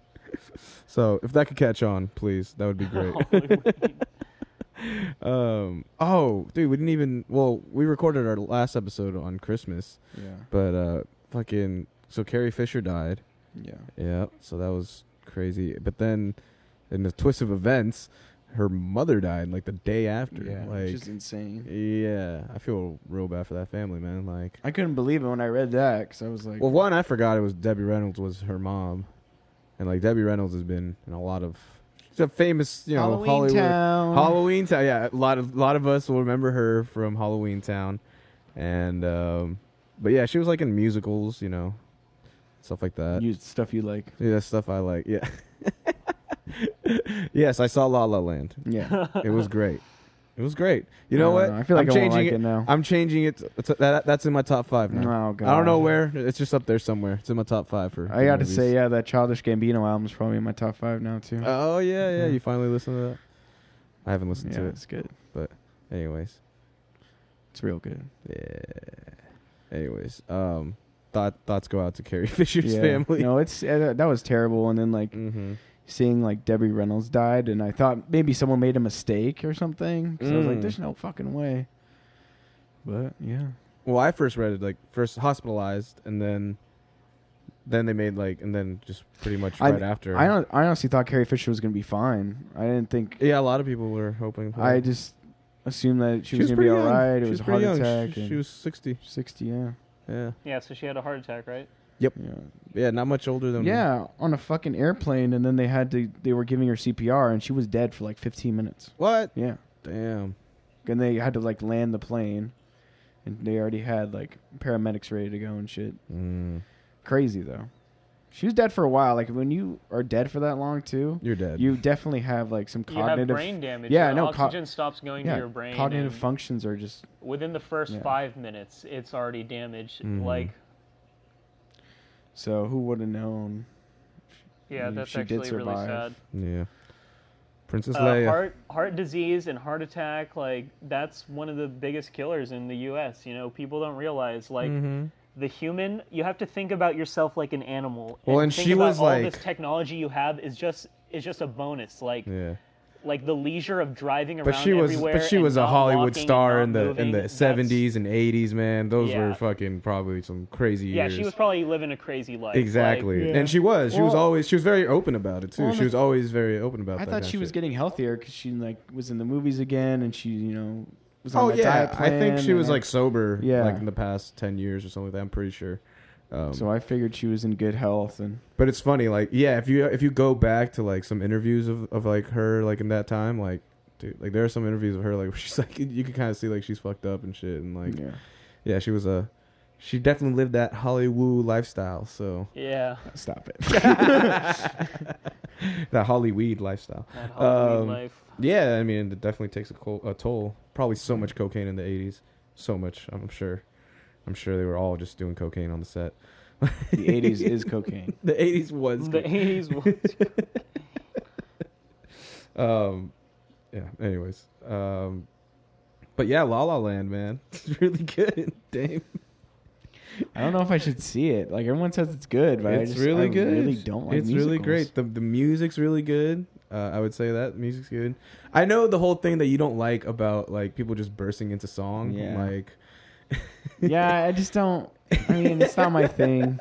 B: so if that could catch on, please, that would be great.
C: Hollywood.
B: um, oh, dude, we didn't even. Well, we recorded our last episode on Christmas,
A: yeah.
B: but uh, fucking. So Carrie Fisher died.
A: Yeah.
B: Yeah, so that was crazy. But then, in the twist of events, her mother died like the day after.
A: Yeah.
B: like,
A: which is insane.
B: yeah, I feel real bad for that family, man. Like,
A: I couldn't believe it when I read that because I was like,
B: well, one I forgot it was Debbie Reynolds was her mom, and like Debbie Reynolds has been in a lot of she's a famous, you know,
A: Halloween
B: Hollywood
A: Town.
B: Halloween Town. Yeah, a lot of lot of us will remember her from Halloween Town, and um, but yeah, she was like in musicals, you know, stuff like that.
A: you stuff you like.
B: Yeah, that's stuff I like. Yeah. yes, I saw La La Land.
A: Yeah.
B: It was great. It was great. You
A: I
B: know
A: don't
B: what?
A: know. I feel like
B: I'm
A: I won't
B: changing
A: like it now.
B: I'm changing it. To, to- that, that's in my top five now.
A: Oh, God.
B: I don't know where. It's just up there somewhere. It's in my top five for.
A: I
B: for
A: got to
B: movies.
A: say, yeah, that Childish Gambino album's probably in my top five now too.
B: Oh yeah, yeah.
A: Mhm.
B: You finally listened to that. I haven't listened
A: yeah,
B: to it.
A: it's good.
B: Anyways.
A: It's real good.
B: Yeah. Anyways. Um. Thought thoughts go out to Carrie Fisher's
A: yeah.
B: family.
A: No, it's uh, that was terrible. And then like
B: Mm-hmm.
A: seeing like Debbie Reynolds died, and I thought maybe someone made a mistake or something. Because I was
B: Mm.
A: like, there's no fucking way. But yeah,
B: Well, I first read it like first hospitalized, and then then they made like, and then just pretty much
A: I-
B: right after.
A: I don't. I honestly thought Carrie Fisher was gonna be fine. I didn't think.
B: Yeah, a lot of people were hoping. For
A: I
B: it.
A: just assumed that she, was, gonna be
B: pretty
A: all
B: young.
A: right. It
B: She
A: was a
B: pretty
A: heart
B: young.
A: attack.
B: She,
A: and
B: she was sixty.
A: sixty. Yeah.
B: Yeah,
C: yeah, so she had a heart attack, right?
A: Yeah.
B: yeah, not much older than.
A: Yeah, on a fucking airplane, and then they had to. They were giving her CPR, and she was dead for like 15 minutes.
B: What?
A: Yeah,
B: Damn.
A: and they had to like land the plane, and they already had like paramedics ready to go and shit.
B: Mm.
A: Crazy though. She was dead for a while. Like when you are dead for that long too,
B: You're dead.
A: you definitely have like some
C: You have
A: cognitive.
C: brain damage.
A: Yeah,
C: the
A: no, co-
C: Oxygen stops going
A: yeah,
C: to your brain.
A: cognitive
C: and
A: functions are just
C: within the first
A: Yeah.
C: five minutes, it's already damaged.
B: Mhm.
C: Like,
A: so. Who would have known?
C: yeah,
A: Mm,
C: that's
A: she did
C: actually really
A: survive.
C: sad.
B: Yeah. Princess
C: Uh,
B: Leia.
C: heart heart disease and heart attack, like that's one of the biggest killers in the U.S. You know, people don't realize like
B: Mhm.
C: the human. You have to think about yourself like an animal.
B: Well, and
C: think
B: she
C: about
B: was,
C: all
B: like-
C: this technology you have is just is just a bonus. Like
B: Yeah.
C: like the leisure of driving
B: But
C: around
B: she was,
C: everywhere.
B: but she
C: and
B: was a
C: not
B: Hollywood
C: walking and
B: star
C: not
B: in the
C: moving,
B: in the
C: that's-
B: seventies and eighties, man. Those were
C: Yeah.
B: fucking probably some crazy
C: Yeah,
B: years.
C: she was probably living a crazy life.
B: Exactly,
C: Like,
A: Yeah.
B: and she was. She was
A: Well-
B: always. She was very open about it too.
A: Well,
B: she
A: the-
B: was always very open about.
A: I
B: that
A: thought
B: kind
A: she
B: of
A: was
B: shit.
A: gethier 'cause healthier because she like was in the movies again, and she you know was on
B: Oh
A: that
B: yeah,
A: diet
B: I think
A: plan
B: she was
A: and-
B: like sober.
A: Yeah.
B: like in the past ten years or something like that. I'm pretty sure. Um,
A: So I figured she was in good health, and
B: but it's funny, like yeah, if you if you go back to like some interviews of, of like her like in that time, like dude, like there are some interviews of her like where she's like you can kind of see like she's fucked up and shit, and like yeah,
A: yeah,
B: she was a she definitely lived that Hollywood lifestyle. So
C: yeah.
A: stop it.
B: that Hollyweed lifestyle.
C: That Hollywood
B: Um,
C: life.
B: Yeah, I mean, it definitely takes a, co- a toll. Probably so much cocaine in the 80s. So much, I'm sure. I'm sure they were all just doing cocaine on the set.
A: the '80s is cocaine.
B: The 80s was.
C: The
B: co-
C: 80s was
B: um, yeah, anyways. Um, but yeah, La La Land, man. It's really good. Damn.
A: I don't know if I should see it. Like everyone says it's good, but I
B: it's
A: just-
B: really
A: I
B: good.
A: Really don't like
B: It's really
A: musicals.
B: great. The the music's really good. Uh, I would say that the music's good. I know the whole thing that you don't like about like people just bursting into song.
A: Yeah.
B: Like
A: yeah, I just don't. I mean, it's not my thing.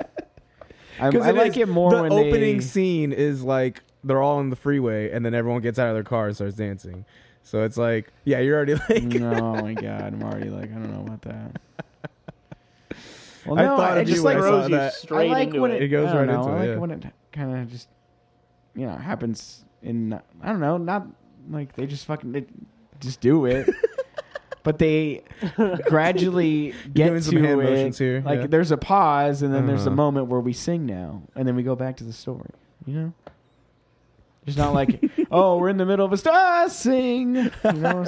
A: I,
B: Because
A: I like it more
B: The
A: when
B: opening
A: they,
B: scene is like they're all on the freeway, and then everyone gets out of their car and starts dancing. So it's like, yeah, you're already like.
A: no, oh my God, I'm already like, I don't know about that. Well,
B: I
A: no,
B: thought
A: I
B: of
A: just
B: you when
A: like
B: I
C: throws
B: saw
C: you
B: that.
C: straight
A: I like
C: into
A: when
C: it.
A: it,
B: It goes
A: I don't
B: right
A: know,
B: into
A: I
B: it,
A: like
B: yeah.
A: when it kind of just, you know, happens in I don't know, not like they just fucking they just do it, but they gradually
B: doing
A: get
B: some hand
A: to it.
B: motions here,
A: Like
B: yeah.
A: there's a pause, and then there's a
B: Uh-huh.
A: moment where we sing now, and then we go back to the story. You know. It's not like, oh, we're in the middle of a star sing. You know what I'm
B: no,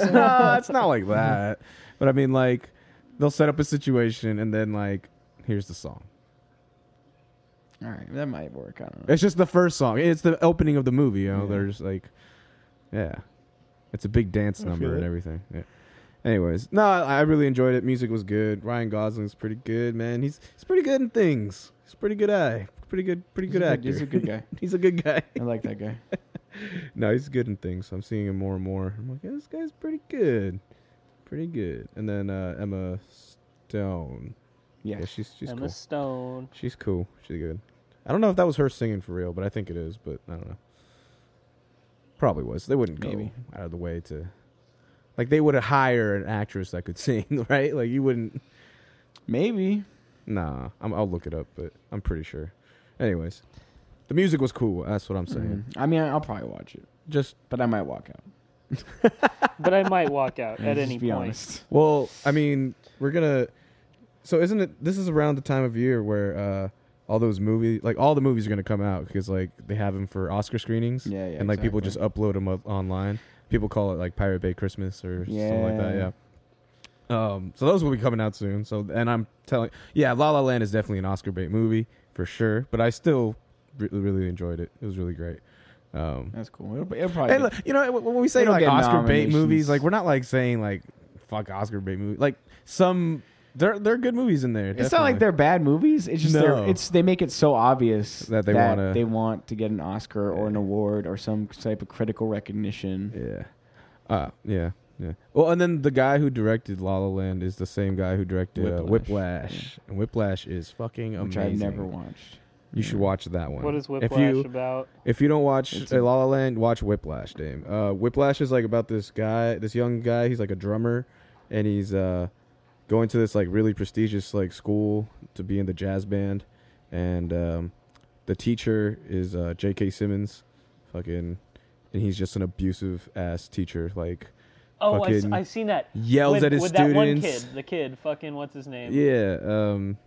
A: saying?
B: it's not like that. But I mean, like, they'll set up a situation, and then like, here's the song.
A: All right, that might work. I don't know.
B: It's just the first song. It's the opening of the movie. You know,
A: Yeah.
B: there's like, yeah, it's a big dance
D: I feel
B: number and
D: it.
B: everything. Yeah. Anyways, no, I I really enjoyed it. Music was good. Ryan Gosling's pretty good, man. He's he's pretty good in things. He's a pretty good eye. Pretty good, pretty
A: He's
B: good
A: a
B: actor.
A: good- he's a good guy.
B: he's a good guy.
A: I like that guy.
B: no, he's good in things. I'm seeing him more and more. I'm like, yeah, this guy's pretty good, pretty good. And then uh, Emma Stone.
A: Yeah.
B: Yeah, she's she's
C: Emma
B: cool.
C: Stone.
B: She's cool. She's good. I don't know if that was her singing for real, but I think it is. But I don't know. Probably was. They wouldn't
A: Maybe.
B: go out of the way to, like, they would hire an actress that could sing, right? Like, you wouldn't.
A: Maybe.
B: Nah, I'm, I'll look it up, but I'm pretty sure. Anyways, the music was cool. That's what I'm saying.
A: Mhm. I mean, I'll probably watch it,
B: Just
A: but I might walk out.
C: But I might walk out at
A: Let's
C: any
A: just be
C: point.
A: honest.
B: well, I mean, we're gonna. So isn't it? This is around the time of year where uh all those movies, like all the movies, are gonna come out because like they have them for Oscar screenings.
A: Yeah, yeah.
B: and like people just
A: exactly.
B: upload them up online. People call it like Pirate Bay Christmas or something like that.
A: Yeah.
B: Yeah. Um, so those will be coming out soon. So and I'm telling, yeah, La La Land is definitely an Oscar bait movie for sure. But I still really, really enjoyed it. It was really great. Um,
A: That's cool. It'll, it'll probably.
B: and look, you know when we say
A: It'll
B: like
A: get
B: Oscar bait movies,
A: nominations.
B: like we're not like saying like fuck Oscar bait movie. Like some there there are good movies in there.
A: it's not like
B: definitely.
A: they're bad movies. It's just
B: No.
A: they're, it's they make it so obvious
B: That they wanna-
A: they want to get an Oscar or an award or some type of critical recognition.
B: Yeah. Uh, yeah. Yeah. Well, and then the guy who directed La La Land is the same guy who directed Whiplash. Uh,
A: Whiplash.
B: Whiplash. And Whiplash is fucking amazing.
A: which I've never watched.
B: You should watch that one.
C: What is Whiplash
B: If you
C: about?
B: if you don't watch
A: It's
B: uh,
A: a-
B: La La Land, watch Whiplash, Dame. Uh, Whiplash is like about this guy, this young guy. He's like a drummer, and he's uh, going to this like really prestigious like school to be in the jazz band, and um, the teacher is uh, J.K. Simmons, fucking, and he's just an abusive ass teacher. Like
C: Oh, I,
B: fucking
C: have seen that.
B: yells
C: with,
B: at his
C: with
B: students.
C: that one kid, the kid, fucking what's his name?
B: Yeah, um,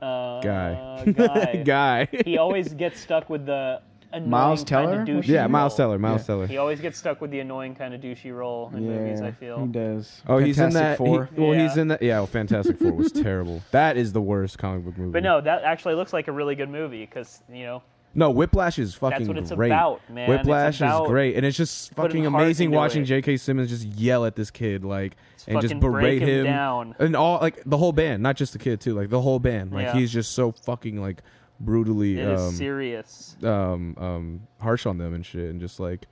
C: Uh,
B: guy,
C: guy.
B: guy.
C: He always gets stuck with the annoying
A: Miles Teller?
C: Kind of douchey
B: yeah,
C: role.
B: Miles Teller. Miles
A: Yeah.
B: Teller.
C: He always gets stuck with the annoying kind of douchey role in movies. I
A: he
C: feel.
A: does.
B: Oh, he's in
A: Fantastic
B: that. he-
A: Four.
B: well,
C: Yeah.
B: he's in that. Yeah, well, Fantastic Four was terrible. That is the worst comic book movie.
C: But no, that actually looks like a really good movie because you know
B: no, Whiplash is fucking
C: what it's
B: great.
C: about, man. It's
B: Whiplash
C: about
B: is great, and it's just
C: putting
B: fucking
C: heart
B: amazing
C: into
B: watching
C: it.
B: J.K. Simmons just yell at this kid like and just
C: fucking
B: berate
C: break him
B: him,
C: down.
B: and all like the whole band, not just the kid too, like the whole band. Like
C: Yeah.
B: he's just so fucking like brutally.
C: it is
B: um,
C: serious.
B: um um harsh on them and shit and just like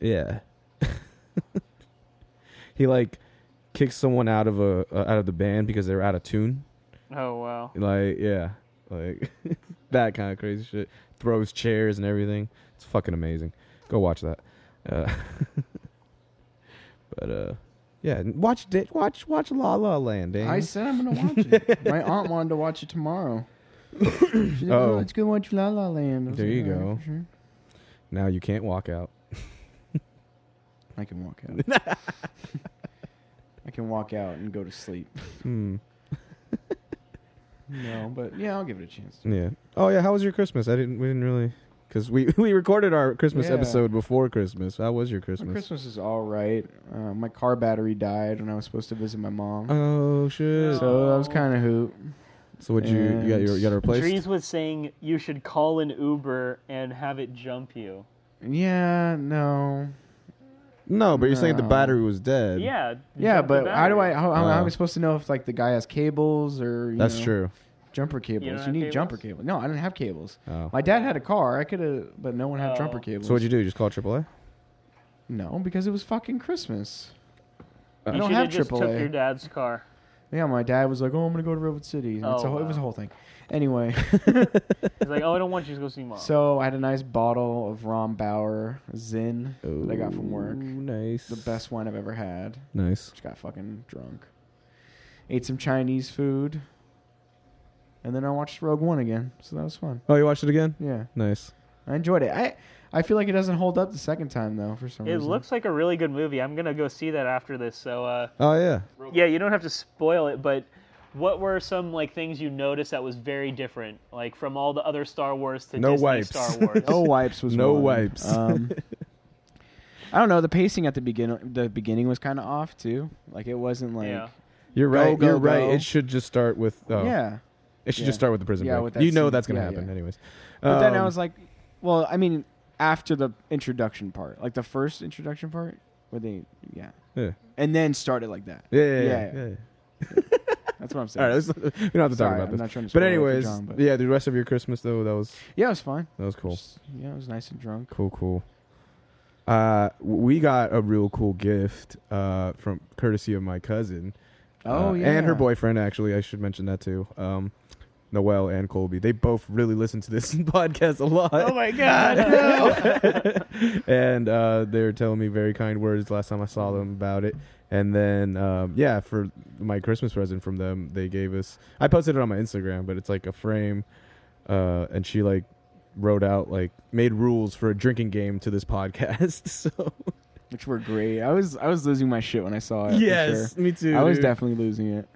B: yeah he like kicks someone out of a uh, out of the band because they're out of tune
C: Oh wow.
B: like yeah like that kind of crazy shit throws chairs and everything it's fucking amazing go watch that uh but uh yeah and watch Di- watch watch la la land eh?
A: I said I'm gonna watch it. My aunt wanted to watch it tomorrow. She's like,
B: Oh.
A: oh, let's go watch La La Land. I was
B: There
A: like,
B: you
A: "All right,
B: go.
A: for sure."
B: now you can't walk out
A: I can walk out. I can walk out and go to sleep.
B: hmm
A: No, but yeah, I'll give it a chance.
B: Yeah. Oh yeah. How was your Christmas? I didn't. We didn't really. Because we, we recorded our Christmas
A: Yeah.
B: episode before Christmas. How was your
A: My
B: Christmas?
A: Christmas is all right. Uh, my car battery died when I was supposed to visit my mom,
B: Oh shit. So,
A: so that was kind of hoot.
B: what you you got your, you got it replaced?
C: Drees was saying you should call an Uber and have it jump you.
A: Yeah, no,
B: No, but you're saying the
A: No.
B: battery was dead.
C: Yeah.
A: yeah,
C: jump the
A: but how do I?
C: battery.
A: How, how am
B: Uh.
A: I supposed to know if like the guy has cables or you
B: That's
A: know,
B: true.
A: Jumper cables. You,
C: have
A: need
C: cables?
A: jumper cables. No, I didn't have cables.
B: Oh.
A: My dad had a car. I could have, but no one had
C: Oh.
A: jumper cables.
B: So what'd you do? You Just call AAA?
A: No, because it was fucking Christmas.
B: I
C: You
A: don't
C: shoulda
A: have
C: just took
A: AAA.
C: your dad's car.
A: Yeah, my dad was like, "Oh, I'm gonna go to Redwood City." And it's
C: Oh,
A: a whole, It
C: wow.
A: was a whole thing. Anyway,
C: He's like, oh, I don't want you to go see mom.
A: so I had a nice bottle of Ron Bauer Zin that I got from work.
B: Oh, Nice.
A: The best wine I've ever had.
B: Nice.
A: Just got fucking drunk. Ate some Chinese food. And then I watched Rogue One again. So that was fun.
B: Oh, you watched it again?
A: Yeah.
B: Nice.
A: I enjoyed it. I I feel like it doesn't hold up the second time though for some
C: it
A: reason.
C: looks like a really good movie. I'm gonna go see that after this. So uh,
B: Oh yeah.
C: yeah, you don't have to spoil it, but what were some like things you noticed that was very different, like from all the other Star Wars to
B: No
C: Disney
B: wipes.
C: Star Wars?
A: No wipes was
B: No
A: one.
B: wipes.
A: Um, I don't know. The pacing at the begin the beginning was kind of off too. Like it wasn't like
C: Yeah.
B: You're right.
A: go,
B: you're right.
A: go.
B: It should just start with. Oh.
A: Yeah.
B: It should
A: Yeah.
B: just start with the prison
A: Yeah,
B: break.
A: with that
B: you know
A: scene.
B: that's gonna
A: Yeah,
B: happen
A: yeah.
B: anyways.
A: But then I
B: Um,
A: was like, well, I mean, after the introduction part, like the first introduction part, where they, yeah,
B: yeah,
A: and then started like that.
B: yeah, yeah.
A: Yeah,
B: yeah,
A: yeah.
B: yeah.
A: That's what I'm saying.
B: All right, let's, we don't have to talk
A: Sorry,
B: about
A: I'm
B: this.
A: not trying to
B: but
A: spoil it for
B: anyways,
A: John, but-
B: yeah, the rest of your Christmas though, that was
A: yeah, it was fine.
B: that was cool.
A: Just- yeah, it was nice and drunk.
B: Cool, cool. Uh, w- we got a real cool gift uh, from courtesy of my cousin.
A: Oh
B: uh,
A: yeah,
B: and her boyfriend. Actually, I should mention that too. Um, Noel and Colby. They both really listen to this podcast a lot.
A: Oh my god. no.
B: and uh, they were telling me very kind words last time I saw them about it. And then, um, yeah, for my Christmas present from them, they gave us. I posted it on my Instagram, but it's like a frame, uh, and she like wrote out like made rules for a drinking game to this podcast. so
A: Which were great. I was I was losing my shit when I saw it. Uh, for sure.
B: me too.
A: I was
B: dude.
A: definitely losing it.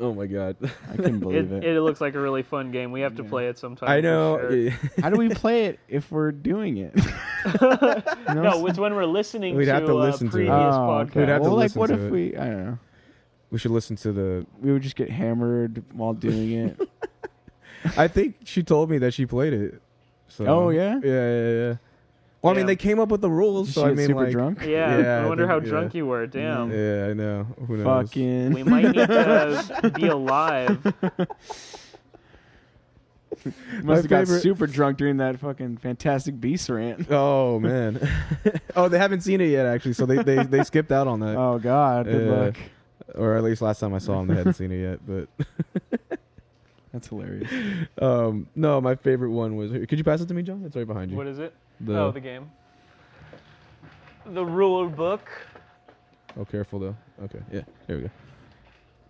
B: Oh my god,
A: I couldn't
C: It,
A: believe it.
C: it looks like a really fun game. We have to
A: Yeah.
C: play it sometime.
B: I
C: for
B: know.
C: sure.
A: How do we play it if we're doing it? You know what I'm
C: no, it's when we're listening
B: We'd
C: to,
B: have to
C: uh,
B: listen to it.
C: previous
A: Oh,
C: podcasts.
A: okay.
B: We'd have to
A: well, like,
B: listen
A: what
B: to
A: if
B: it.
A: we? I don't know.
B: we should listen to the.
A: We would just get hammered while doing it.
B: I think she told me that she played it. So
A: Oh, yeah?
B: yeah, yeah, yeah. Well, I mean,
C: Yeah.
B: they came up with the rules,
A: She
B: so I
A: gets
B: mean,
A: super
B: like,
A: drunk.
C: Yeah,
B: Yeah,
C: I
B: I
C: wonder
B: think-
C: how
B: yeah.
C: drunk you were. Damn.
B: Yeah, I know. Who knows?
A: Fucking.
C: We might need to be alive.
B: My
A: Must have got
B: favorite-
A: super drunk during that fucking Fantastic Beast rant.
B: Oh man. oh, they haven't seen it yet, actually. So they they, they skipped out on that,
A: Oh God, good
B: Yeah.
A: luck.
B: or at least last time I saw them, they hadn't seen it yet.
A: That's hilarious.
B: But um, no, my favorite one was. Could you pass it to me, John? It's right behind you.
C: What is it?
B: The-
C: oh, the game. The ruler book.
B: Oh, careful though. Okay, yeah, here we go.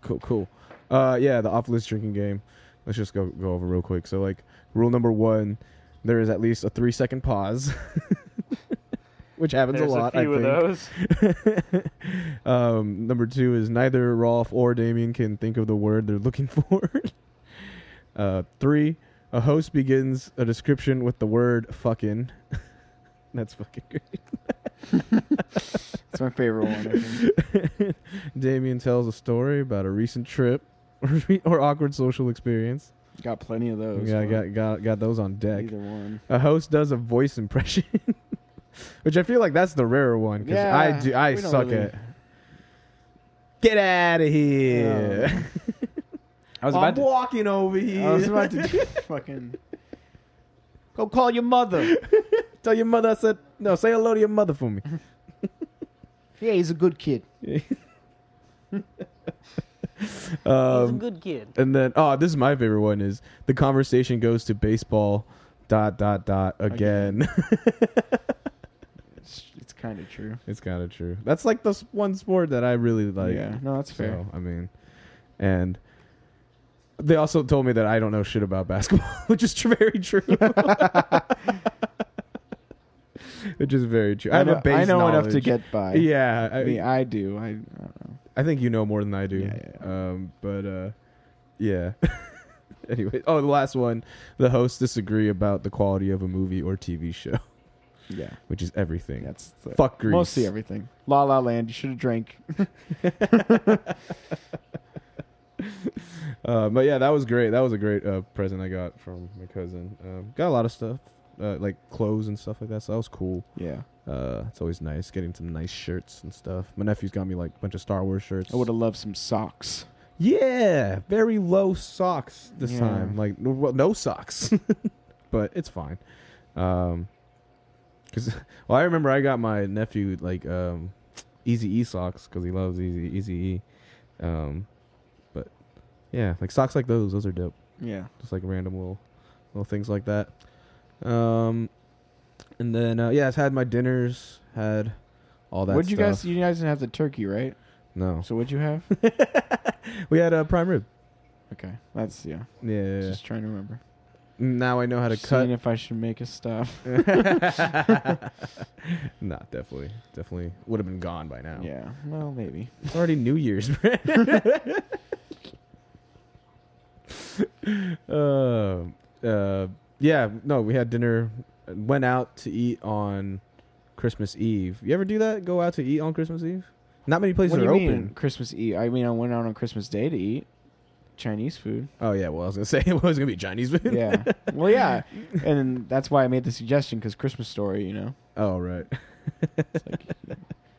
B: Cool, cool. Uh, yeah, the off-list drinking game. Let's just go go over real quick. So, like, rule number one, there is at least a three-second pause, which happens
C: There's
B: a lot.
C: few
B: I
C: of
B: think.
C: those.
B: um, number two is neither Rolf or Damien can think of the word they're looking for. uh, three, a host begins a description with the word fucking. That's fucking
A: That's my favorite one. I think.
B: great. Damien tells a story about a recent trip or, re- or awkward social experience.
A: Got plenty of those.
B: Yeah, I
A: but
B: got, got, got those on deck.
A: either one.
B: A host does a voice impression. Which I feel like that's the rarer one because I
A: Yeah,
B: do I
A: we don't
B: suck
A: really-
B: at. Get out of here!
A: Yeah. I was
B: I'm
A: about to.
B: walking over here.
A: I was about to fucking go call your mother.
B: Tell your mother I said no. Say hello to your mother for me.
A: Yeah, he's a good kid.
C: He's a
B: um,
C: good kid.
B: and then oh, this is my favorite one is the conversation goes to baseball. Dot dot dot again.
A: It's, it's kind of true.
B: it's kind of true. That's like the s- one sport that I really like.
A: yeah, no, that's fair.
B: So I mean, and they also told me that I don't know shit about basketball, which is tr- very true. which is very true. I, have
A: know,
B: a base.
A: I know enough to
B: knowledge.
A: get by.
B: Yeah,
A: I mean, I do. I, I don't know.
B: I think you know more than I do.
A: Yeah, yeah,
B: Um, but uh, yeah. anyway, oh, the last one: the hosts disagree about the quality of a movie or TV show,
A: Yeah,
B: which is everything.
A: that's the,
B: Fuck Greece.
A: mostly everything. La La Land. You should have drank.
B: Uh, but yeah, that was great. That was a great uh, present I got from my cousin. Um, got a lot of stuff, uh, like clothes and stuff like that. So that was cool.
A: Yeah,
B: Uh, it's always nice getting some nice shirts and stuff. My nephew's got me like a bunch of Star Wars shirts.
A: I would have loved some socks.
B: Yeah, very low socks this
A: Yeah.
B: time. Like no- well, no socks, but it's fine. Um, because well, I remember I got my nephew like um, Easy E socks because he loves Easy Easy E. Um, but yeah, like socks like those, those are dope.
A: Yeah,
B: Just like random little little things like that. Um, and then uh, yeah, I've had my dinners, had all that.
A: What'd you guys?
B: stuff.
A: You guys didn't have the turkey, right?
B: No,
A: So what'd you have?
B: we had a uh, prime rib.
A: okay, that's yeah.
B: Yeah, yeah, yeah.
A: Just trying to remember.
B: now I know how to
A: Just
B: cut
A: Seeing if I should make a stuff.
B: nah, definitely, definitely would have been gone by now.
A: Yeah. Well, maybe.
B: It's already New Year's. uh, uh, yeah, no, we had dinner, went out to eat on Christmas Eve. You ever do that? Go out to eat on Christmas Eve? Not many places
A: what do you
B: are
A: E, mean
B: open.
A: Christmas Eve? I mean, I went out on Christmas Day to eat. Chinese food.
B: Oh yeah, well I was gonna say it was gonna be Chinese food.
A: Yeah. well, yeah, and that's why I made the suggestion because Christmas story. You know,
B: oh right.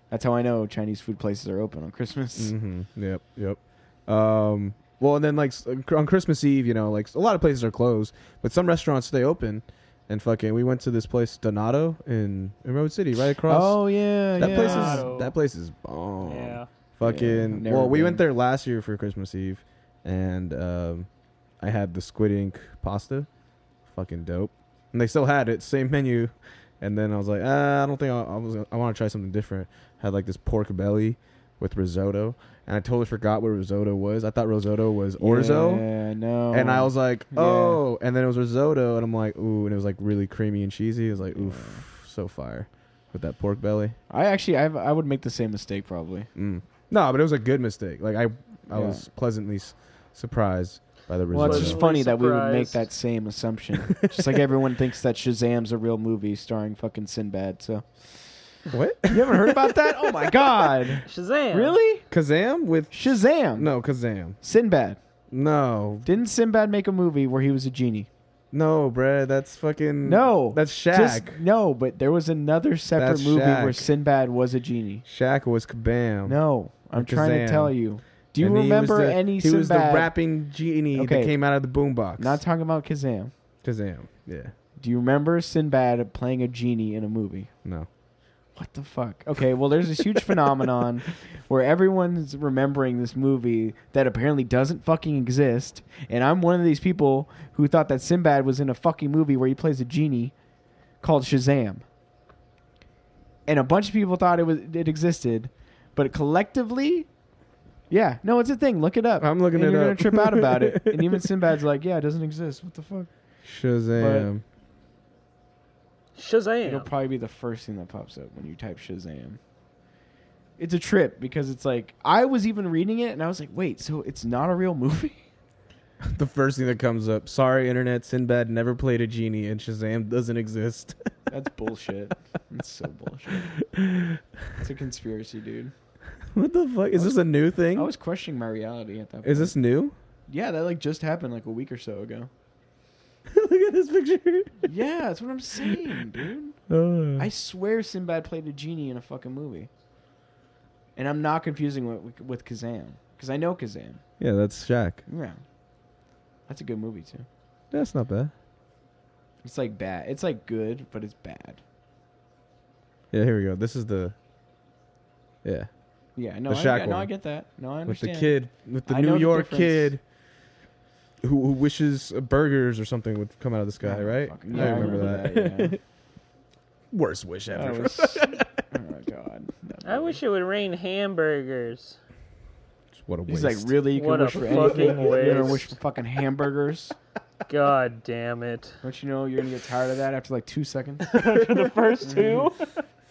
A: that's how I know Chinese food places are open on Christmas.
B: hmm Yep, yep. Um, well, and then like s- on Christmas Eve, you know, like a lot of places are closed, but some restaurants stay open. And fucking, we went to this place Donato in, in Road City, right across.
A: Oh yeah,
B: that
A: yeah.
B: place
C: Donato.
B: is that place is bomb.
C: Yeah.
B: Fucking.
A: Yeah, I've
B: well,
A: never
B: we went
A: been.
B: there last year for Christmas Eve, and um, I had the squid ink pasta, fucking dope. And they still had it, same menu. And then I was like, ah, I don't think I, I was. I want to try something different. Had like this pork belly with risotto, and I totally forgot what risotto was. I thought risotto was orzo.
A: Yeah, no.
B: And I was like,
A: Yeah.
B: oh, and then it was risotto, and I'm like, ooh, and it was like really creamy and cheesy. It was like, oof, so fire with that pork belly.
A: I actually, I've, I would make the same mistake probably.
B: Mm. No, but it was a good mistake. Like I, I
A: Yeah.
B: was pleasantly s- surprised by the
A: Well,
B: result.
A: it's just funny
C: Pleasantly
A: that we would make
C: surprised.
A: that same assumption. just like everyone thinks that Shazam's a real movie starring fucking Sinbad. So
B: what?
A: you haven't heard about that? Oh my god!
C: Shazam.
A: Really?
B: Kazam with
A: Shazam?
B: no Kazam.
A: Sinbad.
B: No,
A: Didn't Sinbad make a movie where he was a genie?
B: no, bruh. That's fucking
A: No.
B: That's Shaq.
A: Just- no, but there was another separate
B: That's
A: movie
B: Shaq.
A: where Sinbad was a genie.
B: Shaq was Kabam.
A: No, I'm
B: Or
A: trying
B: Kazam.
A: to tell you. Do you
B: And he was
A: remember
B: the-
A: any
B: He
A: Sinbad?
B: was the rapping genie
A: Okay.
B: that came out of the boombox.
A: Not talking about Kazam.
B: Kazam. Yeah.
A: Do you remember Sinbad playing a genie in a movie?
B: No.
A: What the fuck? Okay, well, there's this huge phenomenon where everyone's remembering this movie that apparently doesn't fucking exist, and I'm one of these people who thought that Sinbad was in a fucking movie where he plays a genie called Shazam, and a bunch of people thought it was it existed, but collectively, yeah, no, it's a thing. Look it up.
B: I'm looking
A: and
B: it
A: you're
B: up.
A: gonna trip out about it, and even Sinbad's like, yeah, it doesn't exist. What the fuck?
B: Shazam.
A: It'll
C: Shazam.
A: probably be the first thing that pops up when you type Shazam. It's a trip because it's like I was even reading it and I was like, wait, so it's not a real movie?
B: the first thing that comes up. Sorry, internet. Sinbad never played a genie, and Shazam doesn't exist.
A: That's bullshit. That's so bullshit. It's a conspiracy, dude.
B: what the fuck? Is this a new
A: I
B: thing?
A: was questioning my reality at that point.
B: Is this new?
A: Yeah, that like just happened like a week or so ago.
B: Look at this picture.
A: Yeah, that's what I'm saying, dude.
B: Oh.
A: I swear Sinbad played a genie in a fucking movie. And I'm not confusing with with Kazam because I know Kazam.
B: yeah, that's Shaq.
A: Yeah. That's a good movie too.
B: That's not bad.
A: It's like bad. It's like good, but it's bad.
B: Yeah, here we go. This is the. Yeah,
A: Yeah, no,
B: The
A: I,
B: Shaq
A: I, no, I
B: one.
A: get that. No, I
B: with the
A: understand.
B: kid, with the
A: I know
B: New
A: the
B: York
A: difference.
B: kid, who, who wishes uh, burgers or something would come out of the sky,
A: Oh,
B: right?
A: fuck. Yeah, I remember that, yeah.
B: Worst wish
A: I
B: ever.
A: was- oh my god. That
C: I
A: movie.
C: wish it would rain hamburgers.
B: what a waste.
A: He's like, really? You
C: What a
A: can wish for
C: fucking
A: anything. You're gonna
C: waste.
A: wish for fucking hamburgers.
C: God damn it.
A: Don't you know you're gonna get tired of that after like two seconds?
C: After the first two,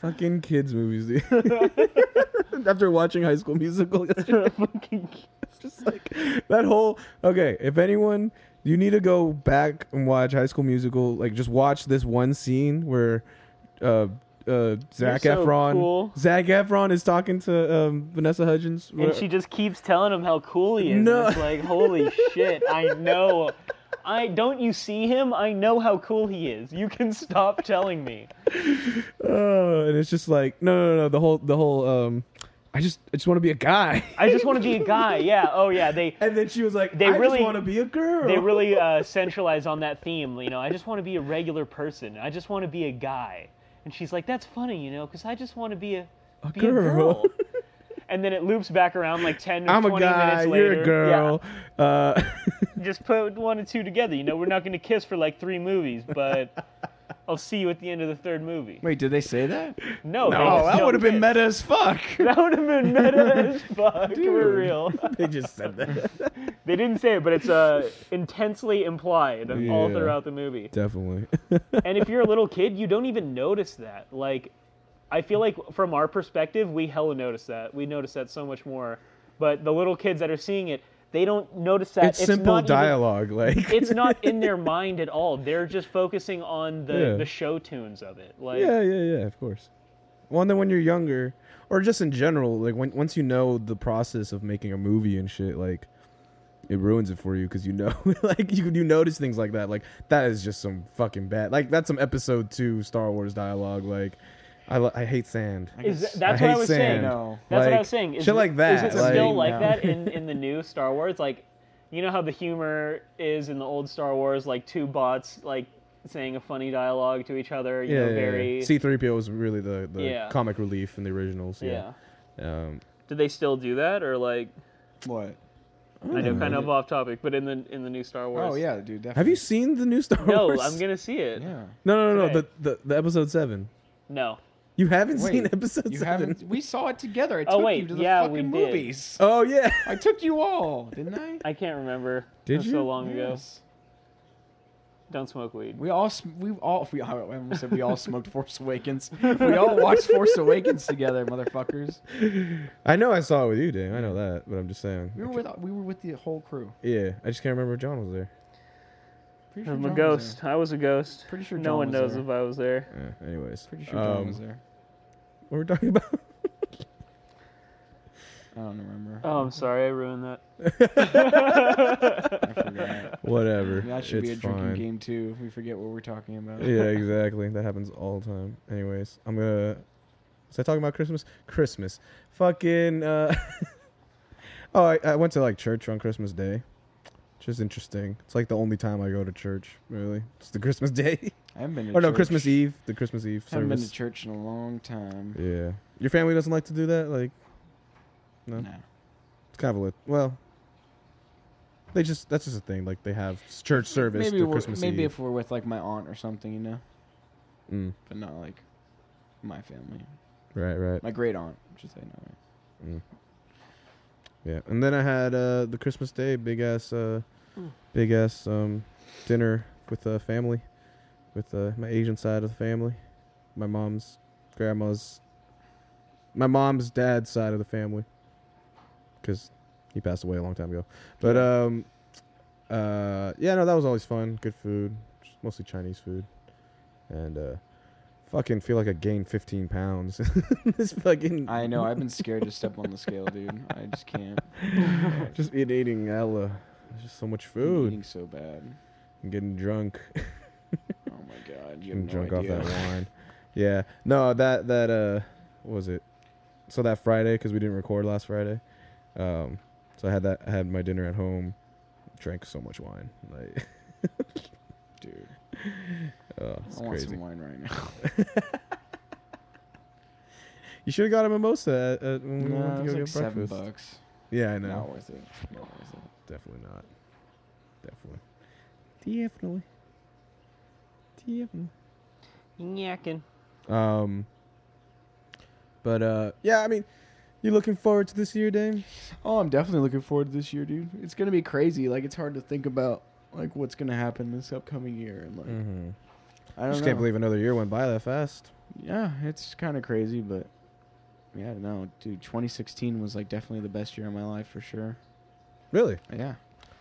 B: fucking kids movies. Dude. After watching High School Musical yesterday.
C: fucking
B: just like that whole okay if anyone you need to go back and watch high school musical like just watch this one scene where uh uh zach
C: You're so
B: efron
C: cool.
B: zach efron is talking to um vanessa hudgens
C: and she just keeps telling him how cool he is. and
B: No.
C: It's like, holy shit, I know. I don't you see him? I know how cool he is. You can stop telling me.
B: Uh, and it's just like no no no the whole the whole um i just i just want to be a guy
C: I just want to be a guy. Yeah. Oh yeah. They
B: and then she was like
C: They
B: i
C: really-
B: just want to be a girl
C: they really uh, centralize on that theme. You know, I just want to be a regular person. I just want to be a guy. And she's like, that's funny, you know, because I just want to be a,
B: A
C: be a
B: girl."
C: girl. And then it loops back around like ten or
B: i'm a
C: twenty
B: guy
C: minutes later.
B: you're a girl uh
C: Yeah, just put one and two together. You know, we're not going to kiss for like three movies, but I'll see you at the end of the third movie.
A: Wait, did they say that?
C: No, they
A: Oh,
C: just
A: that
C: don't
A: would have
C: kiss.
A: been meta as fuck.
C: That would have been meta as fuck. We're real.
B: they just said that
C: They didn't say it, but it's uh, intensely implied all
B: Yeah.
C: throughout the movie.
B: definitely
C: and if you're a little kid, you don't even notice that. Like, I feel like from our perspective, we hella notice that. We notice that so much more. But the little kids that are seeing it, they don't notice that.
B: it's, simple
C: not even-
B: dialogue like
C: it's not in their mind at all. They're just focusing on the,
B: Yeah.
C: the show tunes of it. Like,
B: Yeah, yeah, yeah, of course. Well, and then when you're younger, or just in general, like when once you know the process of making a movie and shit, like it ruins it for you because you know, like you you notice things like that. Like that is just some fucking bad. Like that's some episode two Star Wars dialogue. Like I lo- I hate sand.
C: Is
A: guess-
C: that- that's
B: I
C: what I
B: hate
C: was
B: sand.
C: saying.
A: No.
C: That's what I
B: Like,
C: was saying. Is
B: shit
C: it-
B: like that,
C: Is it
A: like-
C: still like
A: No.
C: that in, in the new Star Wars? Like, you know how the humor is in the old Star Wars, like two bots like saying a funny dialogue to each other. You know, very
B: C three PO was really the, the
C: Yeah.
B: comic relief in the originals.
C: yeah.
B: Yeah. Um,
C: Do they still do that, or like
A: What?
C: I know, kind of off topic, but in the in the new Star Wars?
A: Oh yeah, dude. Definitely.
B: have you seen the new Star
C: No,
B: Wars?
C: I'm gonna see it.
A: Yeah.
B: No, no, no, no. The,
C: today.
B: the the episode seven.
C: No.
B: You haven't seen
A: Wait,
B: episode
A: You
B: seven.
A: haven't. We saw it together. I
C: Oh,
A: took you
C: wait,
A: to the
C: yeah,
A: fucking
C: we did.
A: movies.
B: Oh yeah.
A: I took you all, didn't I?
C: I can't remember.
B: Did
C: It was
B: you?
C: So long ago.
A: Yes.
C: Don't smoke weed.
A: We all sm- we all we I almost said we all smoked Force Awakens. We all watched Force Awakens together, motherfuckers.
B: I know I saw it with you, Dan. I know that, but I'm just saying.
A: We were with we were with the whole crew.
B: Yeah, I just can't remember if John was there.
A: Pretty
C: I'm
A: John
C: a
A: was
C: ghost.
A: there.
C: I was a ghost.
A: Pretty sure
C: no
A: John
C: one
A: was
C: knows
A: there.
C: if I was there.
B: Yeah, anyways,
A: Pretty sure John
B: Um,
A: was there.
B: What we're talking about?
A: I don't remember.
C: Oh, I'm sorry. I ruined that.
A: I forgot.
B: Whatever.
A: That should
B: it's
A: be a drinking
B: fine.
A: game too. If we forget what we're talking about.
B: yeah, exactly. That happens all the time. Anyways, I'm gonna. Was I talking about Christmas? Christmas. Fucking. Uh, oh, I, I went to like church on Christmas Day, which is interesting. It's like the only time I go to church. Really, it's the Christmas Day.
A: I haven't been. To
B: or Oh, no,
A: church.
B: Christmas Eve. The Christmas Eve
A: I haven't been to
B: service.
A: church in a long time.
B: yeah, your family doesn't like to do that. Like No.
A: No.
B: it's kind of a lit- well. They just that's just a thing. Like they have church service
A: Maybe
B: through
A: we're,
B: Christmas
A: maybe
B: Eve.
A: if we're with like my aunt or something, you know,
B: mm,
A: but not like my family.
B: right, right.
A: My great aunt, should say no.
B: Yeah, and then I had uh, the Christmas Day big ass, uh,
A: Hmm.
B: big ass um, dinner with the family, with uh, my Asian side of the family, my mom's, grandma's, my mom's dad's side of the family, because he passed away a long time ago. But um, uh, yeah, no, that was always fun. Good food, just mostly Chinese food, and uh, fucking feel like I gained fifteen pounds. this fucking
A: I know. I've been scared to step on the scale, dude. I just can't.
B: just been eating hella. There's just so much
A: I've been
B: food.
A: eating so bad.
B: And getting drunk.
A: Oh my god, you
B: Getting
A: have no
B: drunk
A: idea.
B: off that wine. Yeah. No, that that uh what was it? So that Friday cuz we didn't record last Friday. Um so I had that I had my dinner at home. Drank so much wine. Like
A: dude.
B: oh, it's
A: I want
B: crazy.
A: some wine right now.
B: You should have got a mimosa at, at when we went
A: no,
B: to go
A: it was like
B: get
A: seven
B: breakfast.
A: bucks.
B: Yeah, I know.
A: Not worth it. Not worth it.
B: Definitely not. Definitely. Definitely. Definitely.
C: Yakking.
B: Um, but uh, yeah, I mean, you looking forward to this year, Dame?
A: Oh, I'm definitely looking forward to this year, dude. It's gonna be crazy. Like it's hard to think about like what's gonna happen this upcoming year and like
B: Mm-hmm.
A: I don't
B: Just
A: know.
B: can't believe another year went by that fast.
A: Yeah, it's kind of crazy, but yeah, I don't know, dude. 2016 was like definitely the best year of my life for sure.
B: Really?
A: Yeah.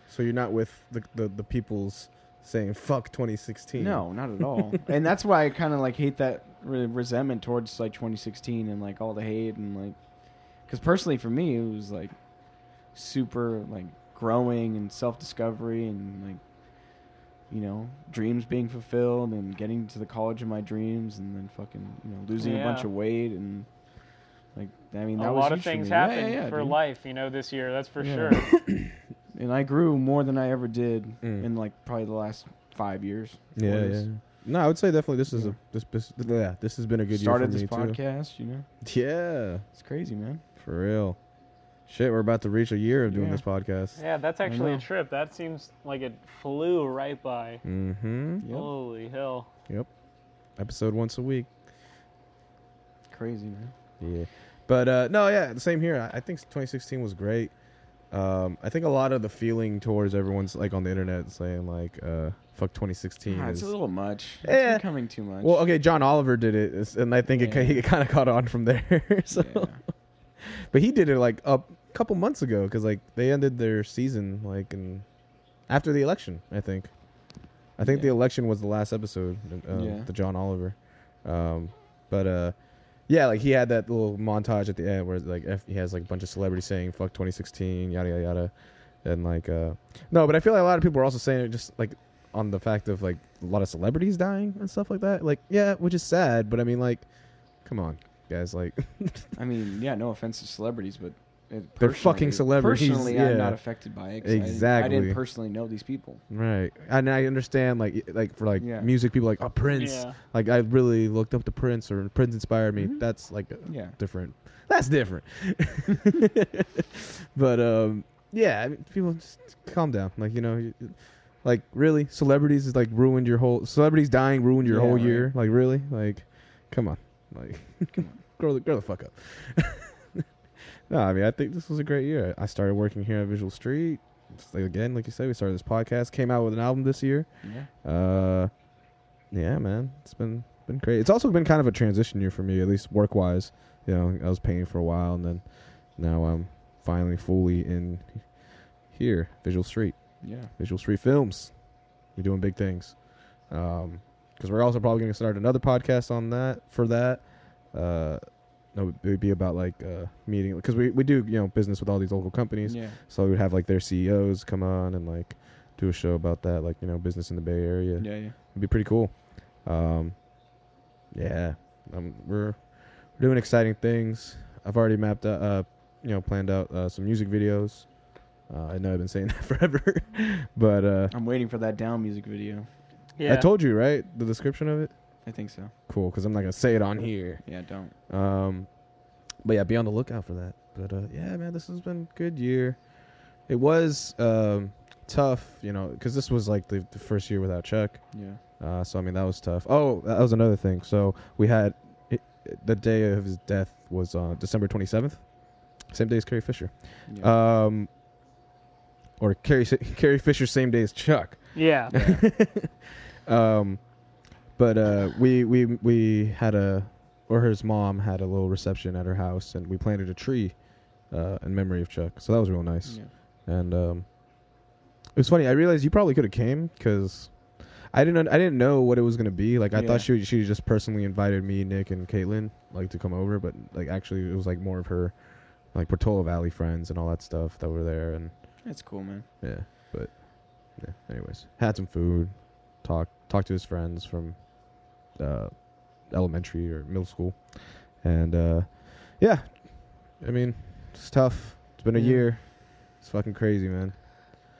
B: So you're not with the the, the people's saying "fuck 2016"?
A: No, not at all. and that's why I kind of like hate that re- resentment towards like 2016 and like all the hate and like because personally for me it was like super like growing and self discovery and like you know dreams being fulfilled and getting to the college of my dreams and then fucking you know losing a bunch
C: Yeah.
A: of weight and like I mean that
C: a
A: was
C: lot
A: huge
C: of
A: for
C: things
A: me. Yeah,
C: happened
A: yeah, yeah,
C: for
A: dude.
C: life, you know, this year. That's for
A: Yeah.
C: sure.
A: and I grew more than I ever did
B: Mm.
A: in like probably the last five years.
B: Yeah,
A: Four
B: yeah.
A: years.
B: No, I would say definitely this is
A: Yeah.
B: a this, this yeah this has been a good
A: Started
B: year
A: this
B: for me too.
A: podcast, you know.
B: Yeah,
A: It's crazy, man.
B: for real. Shit, we're about to reach a year of doing
A: Yeah.
B: this podcast.
C: yeah, that's actually
A: know.
C: a trip. That seems like it flew right by.
B: Mm-hmm.
A: Yep.
C: Holy hell.
B: Episode once a week.
A: Crazy, man.
B: Yeah. But uh, no, yeah, the same here. I, I think 2016 was great. Um, I think a lot of the feeling towards everyone's like on the internet saying like uh, "fuck 2016"
A: Ah,
B: is
A: it's a little much.
B: Yeah.
A: It's becoming too much.
B: well, okay. John Oliver did it, it's- and I think it it,
A: Yeah.
B: it kind of caught on from there. so,
A: Yeah.
B: but he did it like a couple months ago because like they ended their season like in after the election. I think. I think
A: Yeah.
B: the election was the last episode. Uh,
A: Yeah.
B: The John Oliver, um, but uh, yeah, like he had that little montage at the end where like F- he has like a bunch of celebrities saying "fuck 2016," yada yada yada, and like uh no, but I feel like a lot of people are also saying it just like on the fact of like a lot of celebrities dying and stuff like that. Like yeah, which is sad, but I mean like, come on, guys, like
A: I mean, yeah, no offense to celebrities, but it,
B: They're
A: personally-
B: fucking celebrities,
A: Personally,
B: yeah.
A: I'm not affected by it. 'cause I didn't- I
B: Exactly.
A: didn't personally know these people.
B: right. And I understand like y- like for like
A: Yeah.
B: music people like oh Prince,
C: Yeah.
B: like I really looked up to Prince or Prince inspired me. That's like a-
A: Yeah.
B: different. That's different. but um, yeah, I mean, people just calm down. Like you know, you- like really, celebrities is like ruined your whole. Celebrities dying ruined your
A: Yeah,
B: whole
A: right.
B: year. Like really, like come on, like grow the grow the fuck up. no, I mean I think this was a great year. I started working here at Visual Street. It's like, again, like you said, we started this podcast. Came out with an album this year.
A: Yeah.
B: Uh, yeah, man, it's been been great. It's also been kind of a transition year for me, at least work wise. You know, I was painting for a while, and then now I'm finally fully in here, Visual Street,
A: Yeah.
B: Visual Street Films. We're doing big things. Um, because we're also probably going to start another podcast on that for that. Uh, no, it would be about like uh meeting because we we do you know business with all these local companies.
A: Yeah.
B: So we would have like their CEOs come on and like do a show about that, like you know, business in the Bay Area.
A: Yeah. Yeah.
B: It'd be pretty cool. Um, yeah, um, we're we're doing exciting things. I've already mapped out, uh, you know, planned out uh, some music videos. Uh, I know I've been saying that forever, but uh,
A: I'm waiting for that down music video.
C: Yeah.
B: I told you right the description of it.
A: I think so.
B: Cool, because I'm not gonna say it on here.
A: Yeah. Don't.
B: Um, but yeah, be on the lookout for that. But uh, yeah, man, this has been a good year. It was um, tough, you know, because this was like the, the first year without Chuck.
A: Yeah.
B: Uh, so I mean, that was tough. Oh, that was another thing. So we had it, it- the day of his death was on December 27th, same day as Carrie Fisher.
A: Yeah.
B: Um, or Carrie Carrie Fisher, same day as Chuck.
C: yeah.
B: Um, but uh, we we we had a or his mom had a little reception at her house, and we planted a tree uh, in memory of Chuck. So that was real nice.
A: yeah.
B: And um, it was funny. I realized you probably could have came because I didn't I didn't know what it was gonna be. Like I
A: Yeah.
B: thought she would- she just personally invited me, Nick, and Caitlin like to come over, but like actually it was like more of her like Portola Valley friends and all that stuff that were there and
A: That's cool, man.
B: yeah, but yeah. Anyways, had some food, talked talked to his friends from uh, elementary or middle school, and uh, yeah, I mean it's tough. It's been a
A: Yeah.
B: year. It's fucking crazy, man.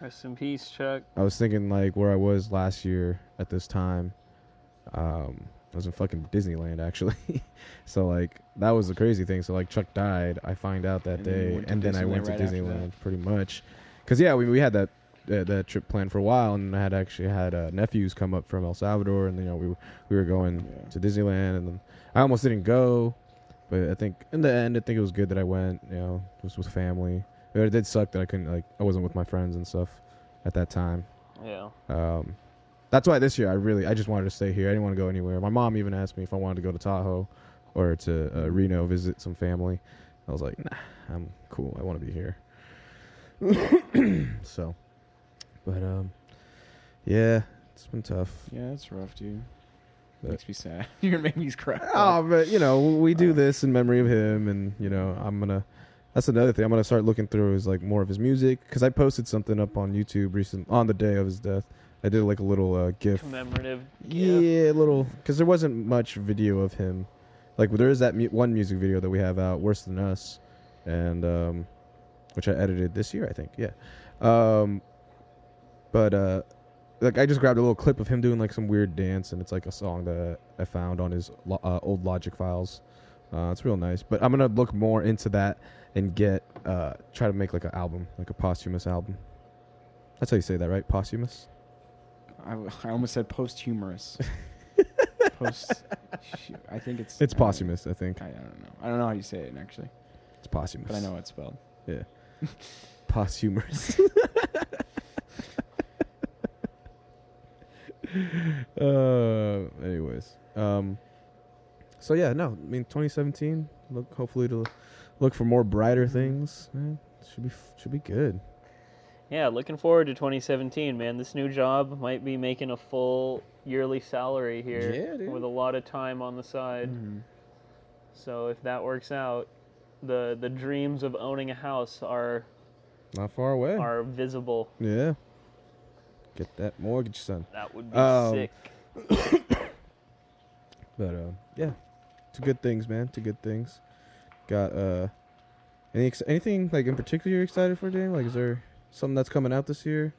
C: Rest in peace, Chuck.
B: I was thinking like where I was last year at this time. Um, I was in fucking Disneyland actually, so like that was the crazy thing. So like Chuck died. I find out that
A: And then you
B: day,
A: went to
B: and then I
A: Disneyland
B: went to
A: right after
B: Disneyland
A: that.
B: pretty much. Cause yeah, we we had that uh, that trip planned for a while, and I had actually had uh, nephews come up from El Salvador, and you know we were- we were going
A: Yeah.
B: to Disneyland, and then I almost didn't go, but I think in the end I think it was good that I went. You know, it was with family. It did suck that I couldn't like I wasn't with my friends and stuff at that time.
C: Yeah.
B: Um, that's why this year I really I just wanted to stay here. I didn't want to go anywhere. My mom even asked me if I wanted to go to Tahoe or to uh, Reno visit some family. I was like, nah, I'm cool. I want to be here. so, but um, yeah, it's been tough.
A: Yeah, that's rough, dude.
B: But-
A: Makes me sad. You're gonna make me cry.
B: Uh, Oh, but you know, we do this in memory of him, and you know, I'm gonna. That's another thing. I'm gonna start looking through his like more of his music because I posted something up on YouTube recent on the day of his death. I did like a little uh, GIF
C: Commemorative.
B: Yeah,
C: gift.
B: a little. Because there wasn't much video of him. Like there is that mu- one music video that we have out, worse than us, and um, which I edited this year, I think. Yeah. Um, but uh, like I just grabbed a little clip of him doing like some weird dance, and it's like a song that I found on his lo- uh, old Logic files. Uh, it's real nice. But I'm gonna look more into that and get uh, try to make like an album, like a posthumous album. That's how you say that, right? Posthumous.
A: I, w- I almost said posthumous. Post. I think it's.
B: It's
A: I don't-
B: posthumous, I think.
A: I, I don't know. I don't know how you say it actually,
B: It's posthumous.
A: but I know how it's spelled.
B: posthumous. uh, anyways, um, so yeah, no, I mean, 2017. Look, hopefully to look for more brighter things. Man, should be should be good.
C: Yeah, looking forward to 2017, man. This new job might be making a full yearly salary here
B: Yeah, dude.
C: with a lot of time on the side.
B: Mm-hmm.
C: So if that works out, the the dreams of owning a house are
B: Not far away.
C: are visible.
B: Yeah. Get that mortgage, son.
C: That would be
A: Oh,
B: Um,
C: sick.
B: But uh, yeah, two good things, man. Two good things. Got uh, any ex- anything like in particular you're excited for, Daniel? Like, is there something that's coming out this year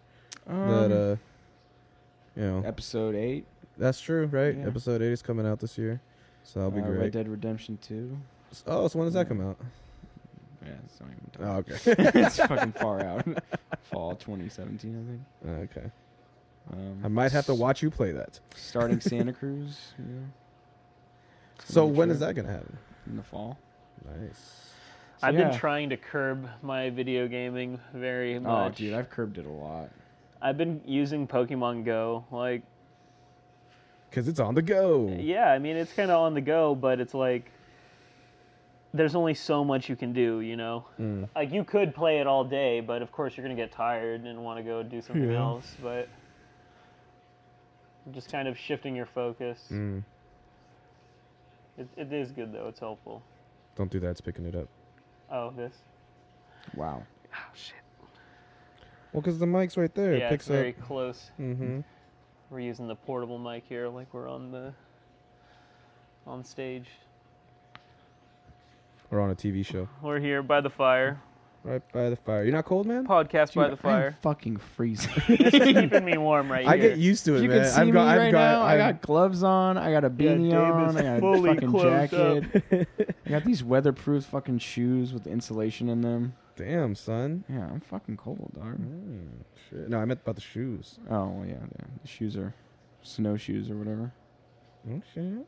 A: Mm.
B: that uh, you know,
A: Um, episode eight.
B: that's true, right?
A: yeah.
B: Episode eight is coming out this year, so that'll be
A: uh, Red
B: great.
A: Dead Redemption Two.
B: Oh, so when does that come out?
A: Yeah, it's not even.
B: Oh, okay.
A: it's fucking far out. Fall 2017, I think.
B: Uh, okay.
A: Um,
B: I might have to watch you play that.
A: Starting Santa Cruz, you know,
B: So
A: Not
B: when is
A: sure.
B: that gonna happen?
A: in the fall.
B: Nice.
C: I've
A: yeah.
C: been trying to curb my video gaming very
A: Oh,
C: much.
A: dude, I've curbed it a lot.
C: I've been using Pokemon Go. Like,
B: Cause it's on the go.
C: Uh,
A: Hmm.
C: yeah, I mean, it's kind of on the go, but it's like there's only so much you can do, you know?
B: Mm.
C: Like, you could play it all day, but of course, you're going to get tired and want to go do something
B: Yeah.
C: else, but just kind of shifting your focus.
A: Hmm.
B: Mm.
C: It, it is good, though. It's helpful.
B: Don't do that. It's picking it up.
C: Oh, this.
A: Wow.
C: Oh, shit.
B: Well, cause the mic's right there.
C: yeah,
B: it
C: it's
B: picks
C: very
B: up.
C: close.
B: Mm-hmm.
C: We're using the portable mic here, like we're on the on stage.
B: We're on a TV show.
C: We're here by the fire.
B: Right by the fire. You're not cold, man.
C: Podcast by the
A: Dude, I'm
C: fire.
A: fucking freezing.
C: It's keeping me warm right
B: I
C: here.
B: get used to it,
A: you
B: man.
A: can see
B: I've
A: me
B: got, I've
A: right
B: got,
A: now. I
B: I've-
A: got gloves on. I got a beanie
C: Dave
A: on.
C: is
A: I got a
C: fully
A: fucking
C: closed up.
A: jacket. I got these weatherproof fucking shoes with insulation in them.
B: Damn, son.
A: Yeah, I'm fucking cold, dog.
B: Mm, shit. No, I meant about the shoes.
A: Oh well, yeah, yeah. The shoes are snowshoes or whatever.
B: Oh shit.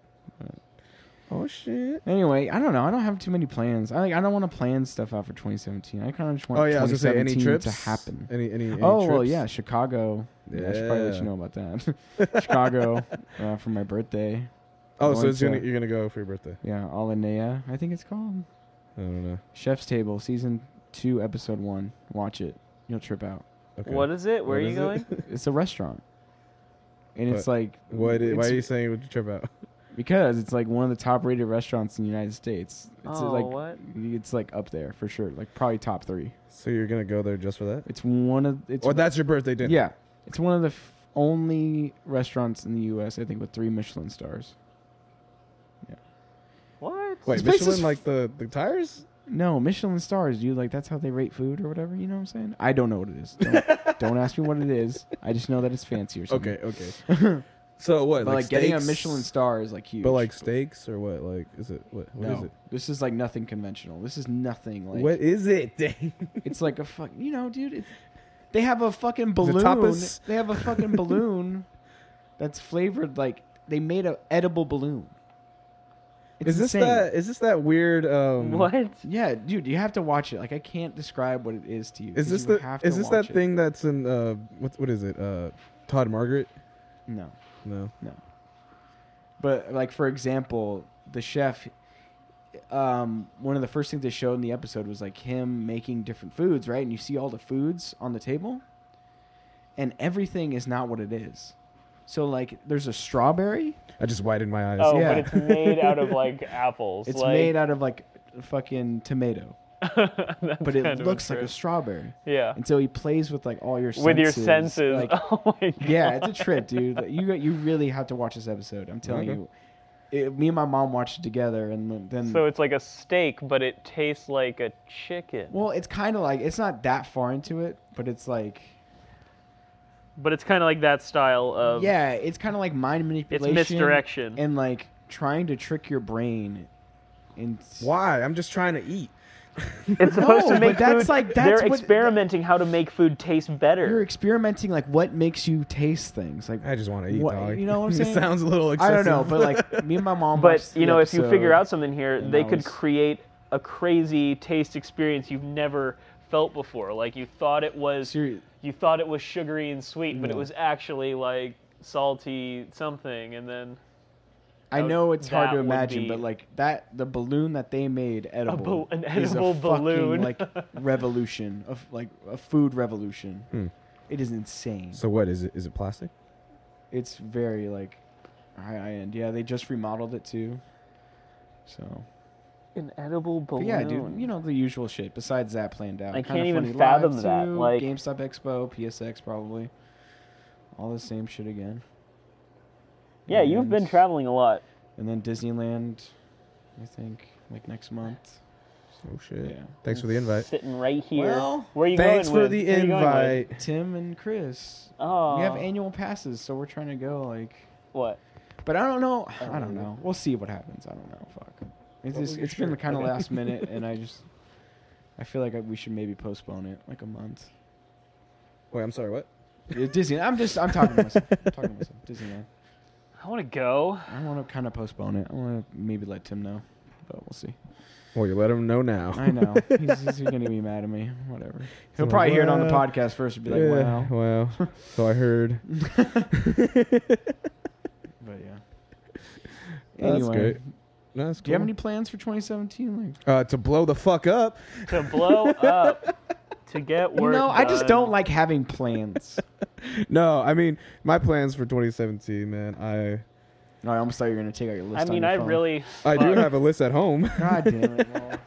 B: Oh shit.
A: Anyway, I don't know. I don't have too many plans. I like, I don't want to plan stuff out for 2017. I kind of just want
B: Oh yeah, I was gonna say any
A: 2017
B: trips
A: to happen.
B: Any any? any
A: oh
B: trips?
A: well, yeah, Chicago. Yeah. I should probably let
B: Yeah.
A: you know about that. Chicago uh, for my birthday.
B: Oh,
A: Going
B: so it's gonna,
A: to-
B: you're gonna go for your birthday?
A: Yeah, Alinea, I think it's called
B: I don't know.
A: Chef's Table, season two, episode one. Watch it. You'll trip out.
B: Okay.
C: What is it?
B: What
C: Where are you
B: is it?
C: going?
A: It's a restaurant, and it's like
B: What? Is, why
A: it's-
B: are you saying what you trip out?
A: Because it's like one of the top rated restaurants in the United States. It's
C: Oh,
A: like
C: what?
A: it's like up there for sure. Like probably top three.
B: So you're gonna go there just for that?
A: It's one of it's
B: Or Oh, that's your birthday dinner?
A: yeah. It's one of the f- only restaurants in the U.S. I think with three Michelin stars.
C: What?
B: Wait,
A: This place
B: Michelin
A: is-
B: like the the tires?
A: No Michelin stars, dude. Like that's how they rate food or whatever. You know what I'm saying? I don't know what it is. Don't, don't ask me what it is. I just know that it's fancy or something.
B: Okay, okay. so what?
A: But like, getting a
B: steaks?
A: Michelin star is like huge.
B: But like steaks or what? Like is it what? What
A: no,
B: is it?
A: this is like nothing conventional. This is nothing like
B: what is it? Dang.
A: It's like a fuck. You know, dude. It's, they have a fucking balloon.
B: tapas?
A: They have a fucking balloon that's flavored like they made a edible balloon. It's
B: is this
A: insane.
B: that? Is this that weird? Um,
C: What? Oh,
A: Yeah, dude. You have to watch it. Like I can't describe what it is to you.
B: Is
A: 'cause
B: this
A: you
B: the?
A: Have to
B: Is this
A: watch
B: that
A: it.
B: thing that's in? Uh, what? What is it? Uh, Todd Margaret?
A: No,
B: No.
A: no. But like for example, the chef. Um, one of the first things they showed in the episode was like him making different foods, right? And you see all the foods on the table, and everything is not what it is. So like, there's a strawberry,
B: I just widened my eyes.
C: Oh,
A: Yeah.
C: but it's made out of like apples.
A: It's
C: like,
A: made out of like a fucking tomato, but it looks like a strawberry.
C: yeah.
A: And so he plays with like all your senses.
C: With your senses.
A: like-
C: oh my god.
A: yeah, it's a trip, dude. Like, You you really have to watch this episode. I'm telling
B: Okay.
A: you. It, me and my mom watched it together, and then
C: Mm-hmm. So it's like a steak, but it tastes like a chicken.
A: well, it's kind of like it's not that far into it, but it's like
C: But it's kind of like that style of
A: yeah, it's kind of like mind manipulation,
C: misdirection.
A: and like trying to trick your brain. And
B: Why? I'm just trying to eat.
C: It's
A: No,
C: supposed to
A: but
C: make
A: that's
C: food.
A: like- that's
C: they're
A: what-
C: experimenting how to make food taste
A: you're
C: better.
A: experimenting like what makes you taste things, like
B: I just want to eat.
A: What-
B: dog.
A: you know what I'm
B: it
A: saying?
B: sounds a little.
A: I
B: Excessive.
A: don't know, but like me and my mom.
C: but
A: watched the
C: you know, if you figure out
A: episode.
C: something here,
A: and
C: they
A: I
C: could
A: was-
C: create a crazy taste experience you've never felt before. Like you thought it was
A: Seri-
C: you thought it was sugary and sweet, but it
A: Yeah.
C: was actually like salty something and then
A: I know it's hard
C: that
A: to
C: would
A: imagine,
C: be-
A: but like that, the balloon that they made edible,
C: bal- an
A: is a
C: edible
A: fucking,
C: balloon.
A: like revolution of like a food revolution.
B: Hmm.
A: It is insane.
B: So what is it? Is it plastic?
A: It's very like high end. Yeah, they just remodeled it too. So
C: an edible
A: But
C: balloon.
A: yeah, dude, you know the usual shit. Besides that, planned out.
C: I
A: Kinda
C: can't even
A: Funny
C: fathom
A: Live
C: that,
A: too,
C: like-
A: GameStop Expo, PSX, probably. All the same shit again.
C: Yeah, you've been
A: And-
C: traveling a lot.
A: and then Disneyland, I think, like next month.
B: Oh shit!
A: Yeah.
B: Thanks for the invite.
C: Sitting right here.
A: Well,
C: Where are you
B: Thanks
C: going
B: for
C: with?
B: the
C: Where are you going with?
B: invite.
A: Tim and Chris,
C: Oh.
A: we have annual passes, so we're trying to go like.
C: what?
A: But I don't know. I don't know. We'll see what happens. I don't know. Fuck. It's
B: Well,
A: just,
B: we
A: it's been
B: should.
A: kind of last minute, and I just I feel like I, we should maybe postpone it like a month.
B: Wait, I'm sorry. What?
A: Yeah, Disney. I'm just I'm talking to myself. I'm talking to myself. Disneyland.
C: I want to go.
A: I want to kind of postpone it. I want to maybe let Tim know, but we'll see.
B: Well, you let him know now.
A: I know he's, he's gonna be mad at me. Whatever. He'll
B: like,
A: probably hear it on the
B: "Well,
A: podcast first and be like,
B: Yeah,
A: "Wow."
B: wow. so I heard.
A: But yeah.
B: That's
A: anyway,
B: great. No, that's
A: do you have
B: cool.
A: any plans for 2017? Like,
B: uh, to blow the fuck up?
C: To blow up. To get
A: you
C: work.
A: know, I just
C: done.
A: don't like having plans.
B: No, I mean my plans for 2017, man. I
A: no, I almost thought you were gonna take out your list.
C: I
A: on
C: mean,
A: your
C: I
A: phone.
C: really.
B: I do
C: fuck.
B: have a list at home.
A: God damn it! Noel.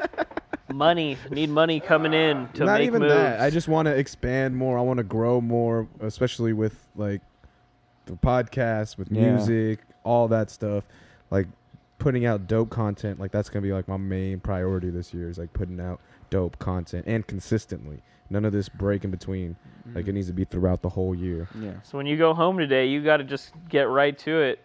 C: money. Need money coming in to
B: Not
C: make
B: even
C: moves.
B: that. I just want to expand more. I want to grow more, especially with like the podcast, with
A: Yeah.
B: music, all that stuff. Like putting out dope content. Like that's gonna be like my main priority this year is like putting out dope content and consistently. None of this break in between. Like it needs to be throughout the whole year.
A: yeah.
C: So when you go home today, you got to just get right to it.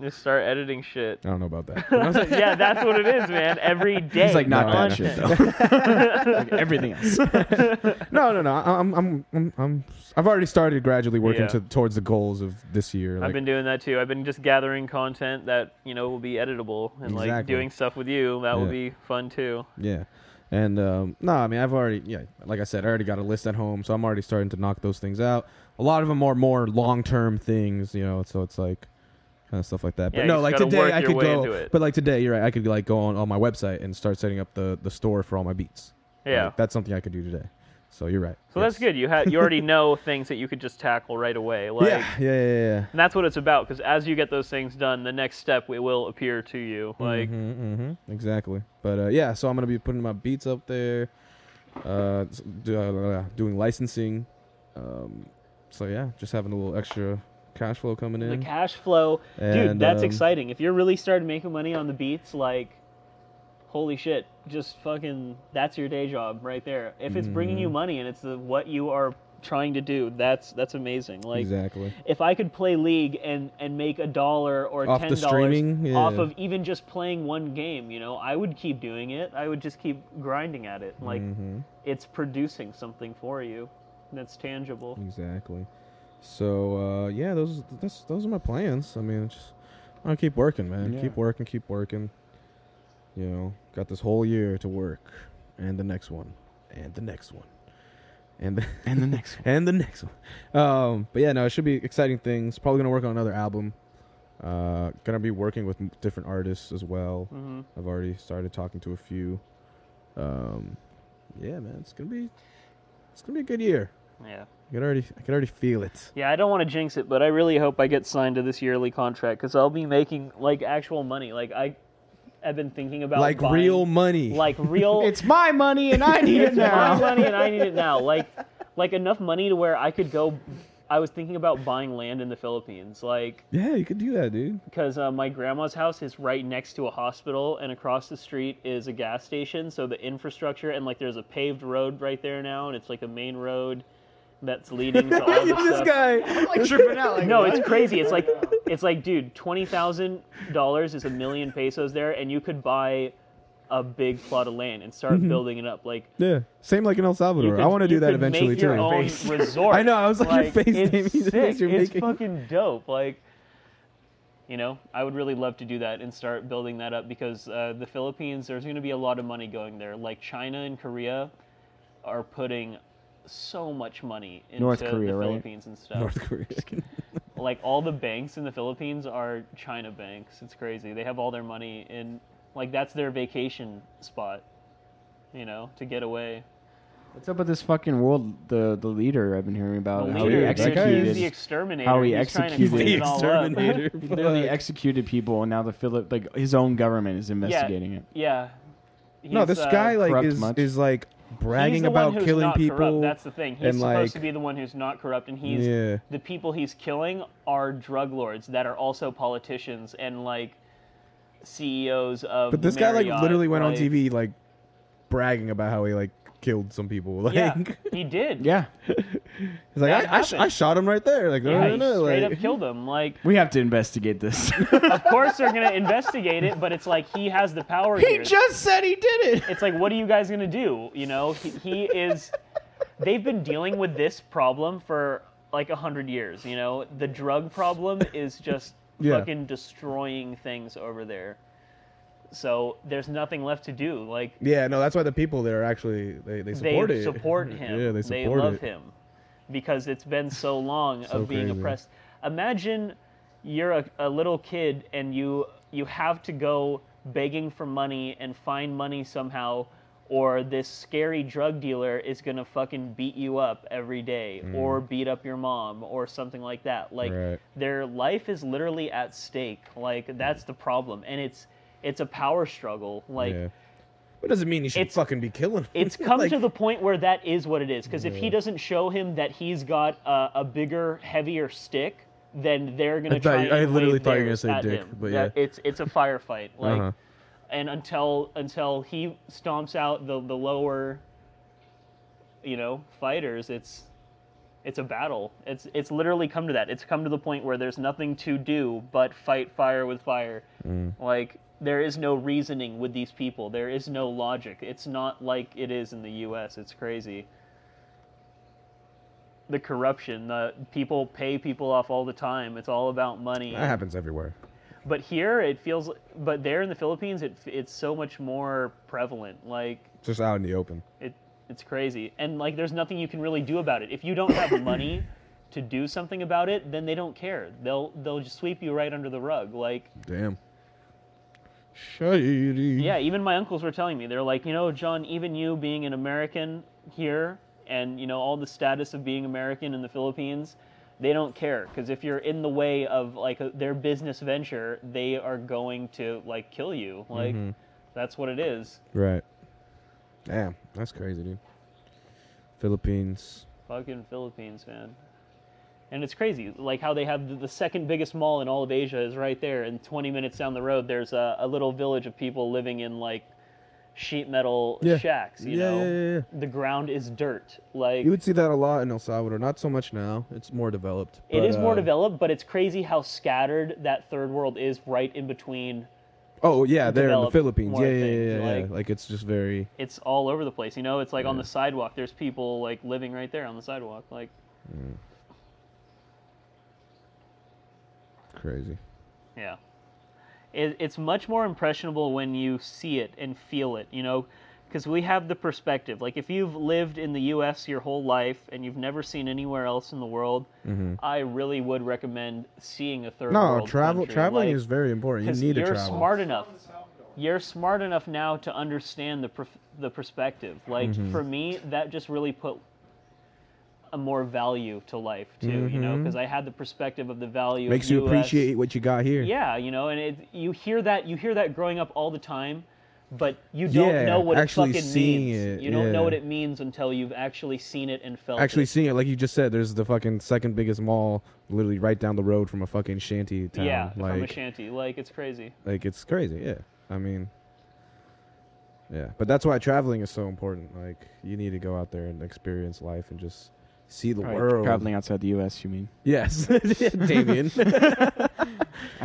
C: Just start editing shit.
B: I don't know about that.
C: yeah, that's what it is, man. Every day.
A: He's like not that shit
C: content.
A: though. like everything else.
B: no, no, no. I- I'm, I'm, I'm, I'm. I've already started gradually working
C: Yeah.
B: to, towards the goals of this year. Like,
C: I've been doing that too. I've been just gathering content that you know will be editable and like
B: Exactly.
C: doing stuff with you. That will
B: Yeah.
C: be fun too.
B: Yeah. And um, no, I mean, I've already, yeah, like I said, I already got a list at home, so I'm already starting to knock those things out. A lot of them are more long term things, you know, so it's like kind of stuff like that. But
C: Yeah, you
B: no,
C: just
B: like
C: gotta
B: today
C: work
B: I
C: your
B: could
C: way into
B: go,
C: it.
B: but like today, you're right, I could like go on, on my website and start setting up the, the store for all my beats.
C: Yeah.
B: Like, that's something I could do today. So you're right.
C: so that's
B: Yes.
C: good. You had you already know things that you could just tackle right away. Like
B: yeah, yeah, yeah, yeah, yeah.
C: and that's what it's about because as you get those things done, the next step it will appear to you. Like
B: hmm exactly. But uh, yeah, so I'm gonna be putting my beats up there, uh, s- do- uh, doing licensing. Um, so yeah, just having a little extra cash flow coming
C: the
B: in.
C: cash flow, dude.
B: And,
C: That's
B: um,
C: exciting. If you're really starting making money on the beats, like holy shit, just fucking that's your day job right there. If it's bringing
B: Mm-hmm.
C: you money and it's the, what you are trying to do, that's that's amazing. Like
B: exactly.
C: if I could play League and and make a dollar or
B: Off the
C: ten dollars
B: streaming?
C: off
B: Yeah.
C: of even just playing one game, you know, I would keep doing it. I would just keep grinding at it. Like
B: Mm-hmm.
C: it's producing something for you that's tangible.
B: Exactly. So uh, yeah, those that's, those are my plans. I mean, just I'll keep working, man.
A: Yeah.
B: Keep working, keep working. You know, got this whole year to work, and the next one, and the next one, and the
A: And the next one.
B: and the next one. Um, but yeah, no, it should be exciting things. Probably gonna work on another album. Uh, gonna be working with m- different artists as well.
C: hmm
B: I've already started talking to a few. Um, yeah, man, it's gonna be it's gonna be a good year.
C: Yeah.
B: I can already I can already feel it.
C: Yeah, I don't want to jinx it, but I really hope I get signed to this yearly contract because I'll be making like actual money. Like I, I've been thinking about
B: like
C: buying-
B: real money.
C: like real.
A: It's my money and I need it
C: It's my
A: now.
C: money and I need it now. Like, like enough money to where I could go. I was thinking about buying land in the Philippines, like
B: yeah, you could do that, dude.
C: because uh, my grandma's house is right next to a hospital, and across the street is a gas station. So the infrastructure and like there's a paved road right there now, and it's like a main road that's leading to all this
B: this
C: stuff.
B: guy.
A: like tripping out. Like,
C: No,
A: what?
C: it's crazy. It's like it's like, dude, twenty thousand dollars is a million pesos there, and you could buy a big plot of land and start building it up. Like
B: Yeah, same like in El
C: you
B: Salvador.
C: could-
B: I want to do
C: you
B: that
C: could
B: eventually
C: make your
B: too.
C: own
A: Face.
C: resort.
B: I know, I was like, your face,
C: it's
B: Damien, the
C: sick.
B: face you're
C: it's
B: making.
C: fucking dope. Like, you know, I would really love to do that and start building that up because uh, the Philippines, there's going to be a lot of money going there. Like China and Korea are putting so much money into
A: North
C: the
A: Korea, right?
C: Philippines and stuff.
B: North Korea.
C: Like all the banks in the Philippines are China banks. It's crazy. They have all their money in like that's their vacation spot. You know, to get away.
A: What's up with this fucking world? The the leader I've been hearing about.
C: The
A: how
C: leader,
A: he
B: that guy
A: executed.
B: is-
C: the exterminator.
A: how he
C: He's trying to
A: executed-
C: clean
B: the
C: it all up.
B: exterminator.
A: He literally
B: Fuck.
A: executed people, and now the Philip, like his own government, is
C: Yeah,
A: investigating it.
C: Yeah,
B: no,
C: he's,
B: this
C: uh,
B: guy like
A: corrupt
B: is
A: much.
B: is like
C: he's
B: bragging
C: the
B: about
C: one who's
B: killing
C: not
B: people.
C: Corrupt. That's the thing. He's
B: and,
C: supposed
B: like-
C: to be the one who's not corrupt, and he's
B: Yeah.
C: the people he's killing are drug lords that are also politicians and like CEOs of.
B: But
C: the
B: this guy like
C: Marriott,
B: literally went on
C: like-
B: TV like bragging about how he like killed some people. Like
C: Yeah, he did.
A: Yeah,
B: he's like
C: That
B: I, I, sh- I
C: happened.
B: shot him right there. Like no,
C: Yeah,
B: no,
C: he
B: no,
C: straight
B: like,
C: up killed him. Like,
A: we have to investigate this.
C: of course they're gonna investigate it, but it's like he has the power
A: he
C: here.
A: just said he did it.
C: it's like what are you guys gonna do you know he, he is they've been dealing with this problem for like a hundred years you know the drug problem is just
B: Yeah.
C: fucking destroying things over there so there's nothing left to do like
B: Yeah, no, that's why the people there actually they they support
C: they
B: it.
C: support him
B: Yeah, they support
C: love
B: it.
C: him because it's been so long
B: So
C: of being
B: crazy.
C: oppressed imagine you're a, a little kid and you you have to go begging for money and find money somehow or this scary drug dealer is going to fucking beat you up every day or beat up your mom or something like that like
B: Mm. Right.
C: their life is literally at stake like that's the problem and it's it's a power struggle like
B: yeah. But doesn't mean he should
C: It's-
B: fucking be killing.
C: it's come to the point where that is what it is because if he doesn't show him that he's got a, a bigger heavier stick then they're gonna
B: I thought-
C: try and
B: I literally
C: wave
B: thought you were gonna
C: theirs
B: say
C: at
B: dick,
C: him.
B: but
C: That-
B: yeah.
C: it's it's a firefight like
B: Uh-huh.
C: and until until he stomps out the the lower you know fighters it's it's a battle it's it's literally come to that it's come to the point where there's nothing to do but fight fire with fire
B: mm,
C: like there is no reasoning with these people there is no logic it's not like it is in the US it's crazy the corruption the people pay people off all the time it's all about money
B: that happens everywhere.
C: but here it feels but there in the philippines it, it's so much more prevalent like
B: Just out in the open.
C: it it's crazy and like there's nothing you can really do about it if you don't have money to do something about it then they don't care they'll they'll just sweep you right under the rug like
B: Damn. Shady.
C: yeah even my uncles were telling me they're like you know john even you being an american here and you know all the status of being american in the philippines they don't care because if you're in the way of like a, their business venture they are going to like kill you like
B: Mm-hmm.
C: that's what it is
B: Right. Damn, that's crazy, dude. Philippines.
C: Fucking Philippines, man. And it's crazy, like how they have the, the second biggest mall in all of Asia is right there, and 20 minutes down the road, there's a, a little village of people living in like sheet metal
B: Yeah.
C: shacks. You
B: Yeah,
C: know,
B: yeah, yeah, yeah.
C: the ground is dirt. Like
B: You would see that a lot in El Salvador. Not so much now. It's more developed.
C: it
B: but,
C: is more
B: uh,
C: developed, but it's crazy how scattered that third world is right in between.
B: Oh yeah, there in the
C: developed
B: Philippines.
C: more
B: Yeah, yeah,
C: things,
B: yeah, yeah. Like,
C: like-
B: like it's just very.
C: It's all over the place. You know, it's like on
B: Yeah.
C: the sidewalk. There's people like living right there on the sidewalk. Like
B: Crazy.
C: Yeah. It, it's much more impressionable when you see it and feel it, you know, because we have the perspective. Like, if you've lived in the U.S. your whole life and you've never seen anywhere else in the world, I really would recommend seeing a third
B: Mm-hmm. No,
C: world
B: travel
C: country.
B: traveling
C: Like,
B: is very important.
C: 'cause
B: You need to
C: you're
B: travel.
C: smart enough. You're smart enough now to understand the perf- the perspective. Like
B: Mm-hmm.
C: for me, that just really put a more value to life too. You know, because I had the perspective of the value.
B: Mm-hmm. Makes
C: of
B: you
C: US.
B: appreciate what you got here.
C: Yeah, you know, and it, you hear that you hear that growing up all the time, but you don't
B: Yeah,
C: know what it
B: actually
C: fucking
B: seeing
C: means.
B: it,
C: you don't
B: yeah.
C: know what it means until you've actually seen it and felt
B: Actually,
C: it.
B: seeing it, like you just said, there's the fucking second biggest mall, literally right down the road from a fucking shanty town.
C: yeah,
B: like,
C: from a shanty, like it's crazy.
B: like it's crazy. Yeah, I mean, yeah, but that's why traveling is so important. Like, you need to go out there and experience life and just see the world.
A: Traveling outside the U.S. You mean?
B: Yes, Damien,
A: I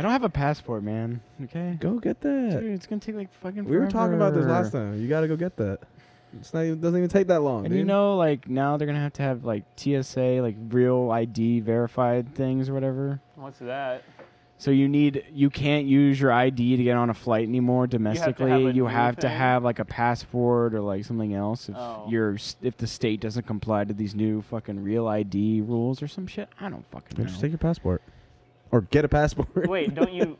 A: don't have a passport, man. Okay.
B: go get that.
A: Dude, it's gonna take like fucking.
B: We were talking about this
A: forever.
B: last time. You got to go get that. It's not even, doesn't even take that long.
A: And you
B: dude.
A: know, like now they're gonna have to have like TSA, like real ID verified things or whatever.
C: What's that?
A: So you need, you can't use your ID to get on a flight anymore domestically. You have to
C: a
A: have,
C: new thing?
A: like a passport or like something else if
C: Oh.
A: you're s- if the state doesn't comply to these new fucking real ID rules or some shit. I don't fucking know.
B: just take your passport, or get a passport.
C: Wait, don't you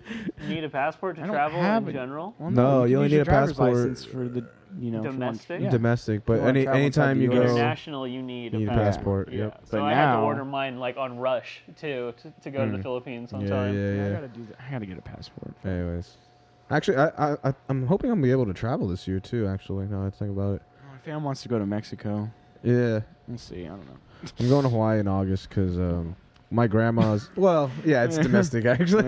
C: need a passport
A: I
C: to
A: don't
C: travel
A: have
C: in
A: it.
C: general?
A: Well,
B: No,
A: can
B: you only
A: use
B: need
A: your
B: a
A: driver's
B: passport.
A: license for the you know if you want-
C: Domestic?
A: yeah.
B: domestic, but
A: You wanna
B: any
A: travel inside
B: anytime
A: the
B: you go,
A: US.
C: International, you need,
B: Need a
C: a
B: passport,
C: Yeah.
B: yep.
C: So
A: But
C: I had to
A: now-
C: order mine like on rush too to, to go to the Philippines on
B: Hmm. yeah,
C: time.
B: yeah,
A: I
B: yeah.
A: gotta do that. I gotta get a passport.
B: Anyways, Actually, I, I I- I'm hoping I'm gonna be able to travel this year too. Actually, now that I think about it,
A: My fam wants to go to Mexico.
B: yeah,
A: We'll see. I don't know.
B: I'm going to Hawaii in August because um, my grandma's. well, yeah, it's domestic actually,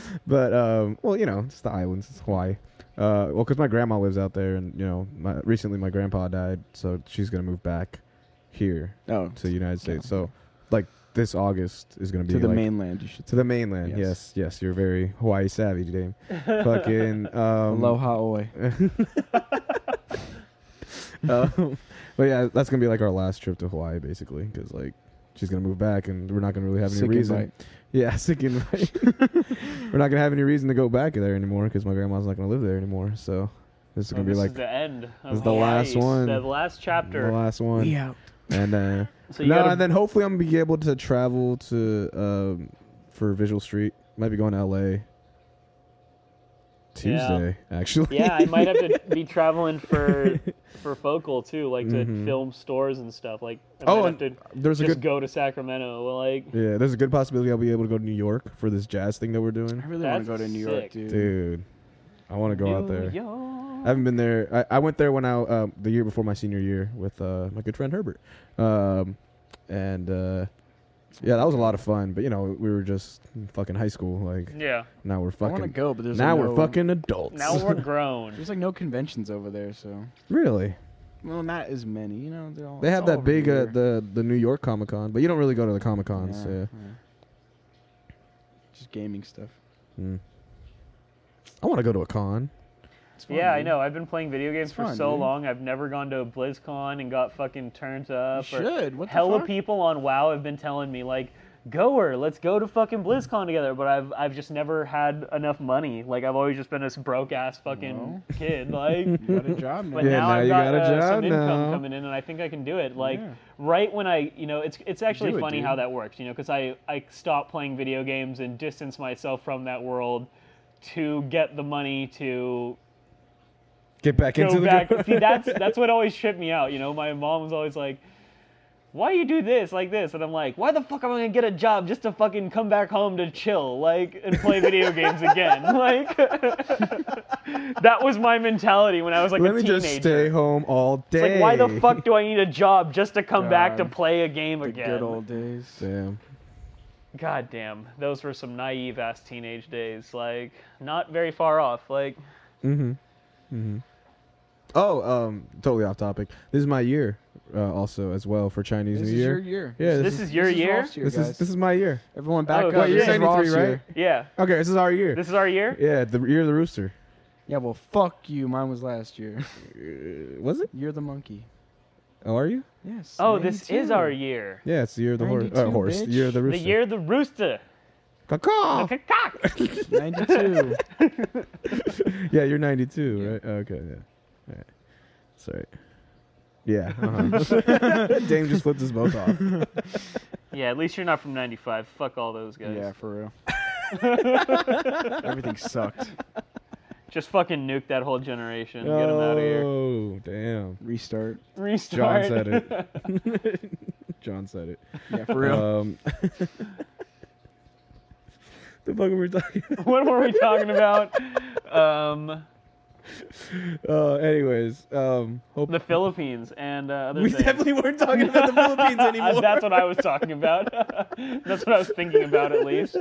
B: but um, well, you know, it's the islands, it's Hawaii. Uh, well, because my grandma lives out there, and you know, my, recently my grandpa died, so she's gonna move back here
A: Oh,
B: to the United States. So, like this August is gonna be
A: to the
B: like,
A: mainland, you should
B: to the mainland.
A: Yes.
B: Yes, yes, you're very Hawaii savvy, Dame. Fucking um,
A: Aloha oi. Oh,
B: um, but yeah, that's gonna be like our last trip to Hawaii, basically, because like she's gonna move back, and we're not gonna really have any
A: Sick
B: reason.
A: invite.
B: Yeah, sick invite. we're not gonna have any reason to go back there anymore because my grandma's not gonna live there anymore. So this is
C: So
B: gonna
C: this
B: be like
C: is the end. Of
B: is the last
C: Hawaii,
B: one.
C: The last
B: the
C: chapter.
B: last one.
A: We out.
B: And uh,
C: So you
B: no,
C: gotta-
B: and then hopefully I'm gonna be able to travel to um, for Visual Street. Might be going to L.A. Tuesday, actually.
C: yeah, I might have to be traveling for for focal too, like to
B: Mhm.
C: film stores and stuff. Like I
B: Oh,
C: might have
B: and
C: to
B: there's a
C: just
B: good
C: go to Sacramento. Like
B: yeah. There's a good possibility I'll be able to go to New York for this jazz thing that we're doing.
A: I really want to
C: That's
A: go to New
C: sick.
A: York, dude.
B: Dude, I want to go out there.
C: New
B: I
C: York.
B: haven't been there. I, I went there when I uh, the year before my senior year with uh, my good friend Herbert, um, and uh, yeah, that was a lot of fun. But you know, we were just fucking high school. Like
C: Yeah.
B: now we're
A: I want to
B: fucking.
A: go, but there's
B: Now
A: like
B: we're
A: no-
B: fucking adults.
C: Now we're grown.
A: There's like no conventions over there, so
B: really.
A: well, not as many. You know, they're all
B: They
A: it's
B: have
A: all
B: that
A: over
B: big uh,
A: here.
B: the the New York Comic Con, but you don't really go to the Comic Cons. Yeah.
A: Just gaming stuff.
B: Mm. I want to go to a con.
A: It's fun,
C: Yeah, I
A: dude.
C: know. I've been playing video games
A: It's
C: for
A: fun,
C: so
A: dude.
C: long. I've never gone to a BlizzCon and got fucking turned
A: You
C: up. Or
A: should. What the
C: hella
A: fuck?
C: people on WoW have been telling me like, "Goer, let's go to fucking BlizzCon together." But I've I've just never had enough money. Like I've always just been this broke ass fucking
A: Well.
C: kid. Like.
A: You got a job now.
C: But
B: Yeah, now
C: now, I've
B: you
C: got,
B: got a
C: uh, some
B: job
C: income
B: now.
C: coming in, and I think I can do it. Like
A: Yeah.
C: right when I, you know, it's it's actually
A: Do it,
C: funny
A: dude.
C: how that works. You know, because I I stopped playing video games and distance myself from that world to get the money to
B: Get back into
C: go
B: the
C: back.
B: group.
C: See, that's that's what always tripped me out. You know, my mom was always like, "Why you do this like this?" And I'm like, "Why the fuck am I gonna get a job just to fucking come back home to chill like and play video games again?" Like that was my mentality when I was like
B: Let
C: a
B: me
C: teenager.
B: just stay home all
C: It's
B: day.
C: like, why the fuck do I need a job just to come back to
A: God.
C: play a game
A: The
C: again?
A: good old days.
B: Damn.
C: God damn, those were some naive ass teenage days. Like, not very far off. Like,
B: Mm-hmm. Mm-hmm. Oh, um, totally off topic. This is my year, uh, also as well for Chinese
A: This is
B: New Year.
A: your year.
B: Yeah,
C: this,
B: this,
C: is, your year?
A: Rolf's year,
B: this
A: guys.
B: is this is my year.
A: Everyone back
C: Oh,
A: up.
C: wait, you're
A: This is
B: 93,
A: Rolf's
B: right?
A: year.
C: Yeah.
B: Okay, this is our year.
C: This is our year?
B: yeah, the year of the rooster.
A: Yeah, well, fuck you. Mine was last year.
B: Uh, was it?
A: You're the monkey.
B: Oh, are you?
A: Yes.
C: Oh, this is
A: 92.
C: our year.
B: Yeah, it's the year of the horse.
A: 92,
B: Uh, horse. The year of the
C: The
B: rooster.
C: year of the rooster.
B: Caw-caw.
C: The cock.
A: 92.
B: yeah, you're 92,
A: Yeah.
B: right? Okay, yeah. All right. Sorry. Yeah. uh-huh. Dame just flipped us both off.
C: Yeah, at least you're not from 95. Fuck all those guys.
A: yeah, for real. Everything sucked.
C: Just fucking nuke that whole generation. Get 'em Get them out of here.
B: Oh, damn.
A: Restart.
B: John
C: Restart.
B: said it. John said it.
A: Yeah, for real.
B: Um, the fuck were we talking about?
C: what were we talking about? Um,
B: Uh, anyways, um, hope
C: the Philippines and uh, other
B: we
C: things.
B: definitely weren't talking about the Philippines anymore.
C: That's what I was talking about. That's what I was thinking about, at least.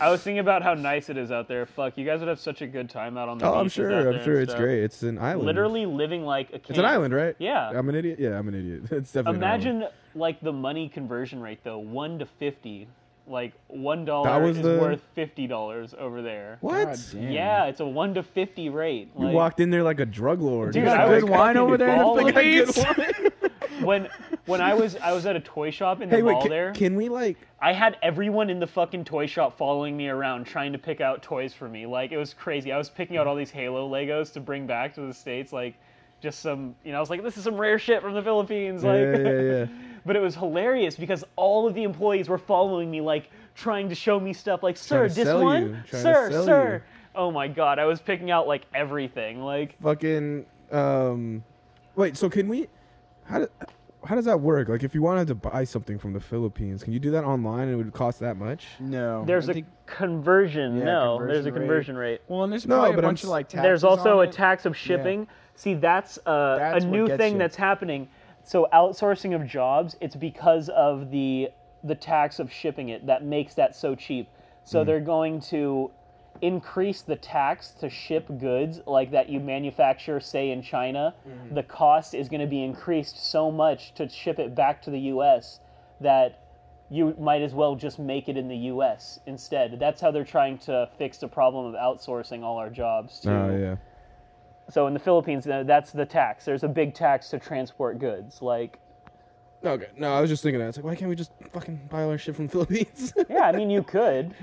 C: I was thinking about how nice it is out there. Fuck, you guys would have such a good time out on the
B: oh, I'm
C: beaches out
B: sure.
C: there
B: I'm sure
C: and
B: it's
C: stuff.
B: great. It's an island.
C: Literally living like a king.
B: It's an island, right?
C: Yeah.
B: I'm an idiot. Yeah, I'm an idiot. It's definitely. an island.
C: Imagine like the money conversion rate though, one to fifty. Like one
B: That
C: dollar
B: was
C: is
B: the-
C: worth fifty dollars over there.
B: what?
A: God damn.
C: Yeah, it's a one to fifty rate.
B: You
C: Like,
B: walked in there like a drug lord.
C: Dude,
B: You got
C: I
B: good
C: was
B: wine
A: fucking
B: over there. in the
C: balling.
B: fucking-
C: I got
B: good wine.
C: when when I was I was at a toy shop in the
B: hey, wait.
C: mall
B: Can,
C: there.
B: can we like?
C: I had everyone in the fucking toy shop following me around trying to pick out toys for me. Like it was crazy. I was picking out all these Halo Legos to bring back to the states. Like just some, you know, I was like, this is some rare shit from the Philippines. Like,
B: yeah, yeah, yeah.
C: but it was hilarious because all of the employees were following me, like trying to show me stuff. Like,
B: Trying
C: sir,
B: to
C: this
B: sell
C: one,
B: you, trying to
C: sir,
B: sell
C: sir.
B: you.
C: Oh my god, I was picking out like everything. Like
B: Fucking. Um. Wait. So can we? How did? how does that work? Like, if you wanted to buy something from the Philippines, can you do that online and it would cost that much?
A: No,
C: There's
A: I
C: a
A: think-
C: conversion.
A: Yeah,
C: no, there's a
A: conversion
C: conversion rate.
A: well, and there's
B: No,
A: probably a
B: but I'm
A: bunch
B: s-
A: of like taxes
C: There's also
A: on
C: a
A: it.
C: tax of shipping. See, that's, uh,
A: That's
C: a
A: what
C: new
A: gets
C: thing
A: you.
C: that's happening. So outsourcing of jobs, it's because of the the tax of shipping it that makes that so cheap.
A: Hmm.
C: So they're going to increase the tax to ship goods like that you manufacture say in China.
A: Hmm.
C: The cost is going to be increased so much to ship it back to the US that you might as well just make it in the US instead. That's how they're trying to fix the problem of outsourcing all our jobs to
B: Oh yeah.
C: so in the Philippines, uh, that's the tax. There's a big tax to transport goods. Like,
B: Okay. No, I was just thinking that. It's like, why can't we just fucking buy all our shit from the Philippines?
C: yeah, I mean, you could.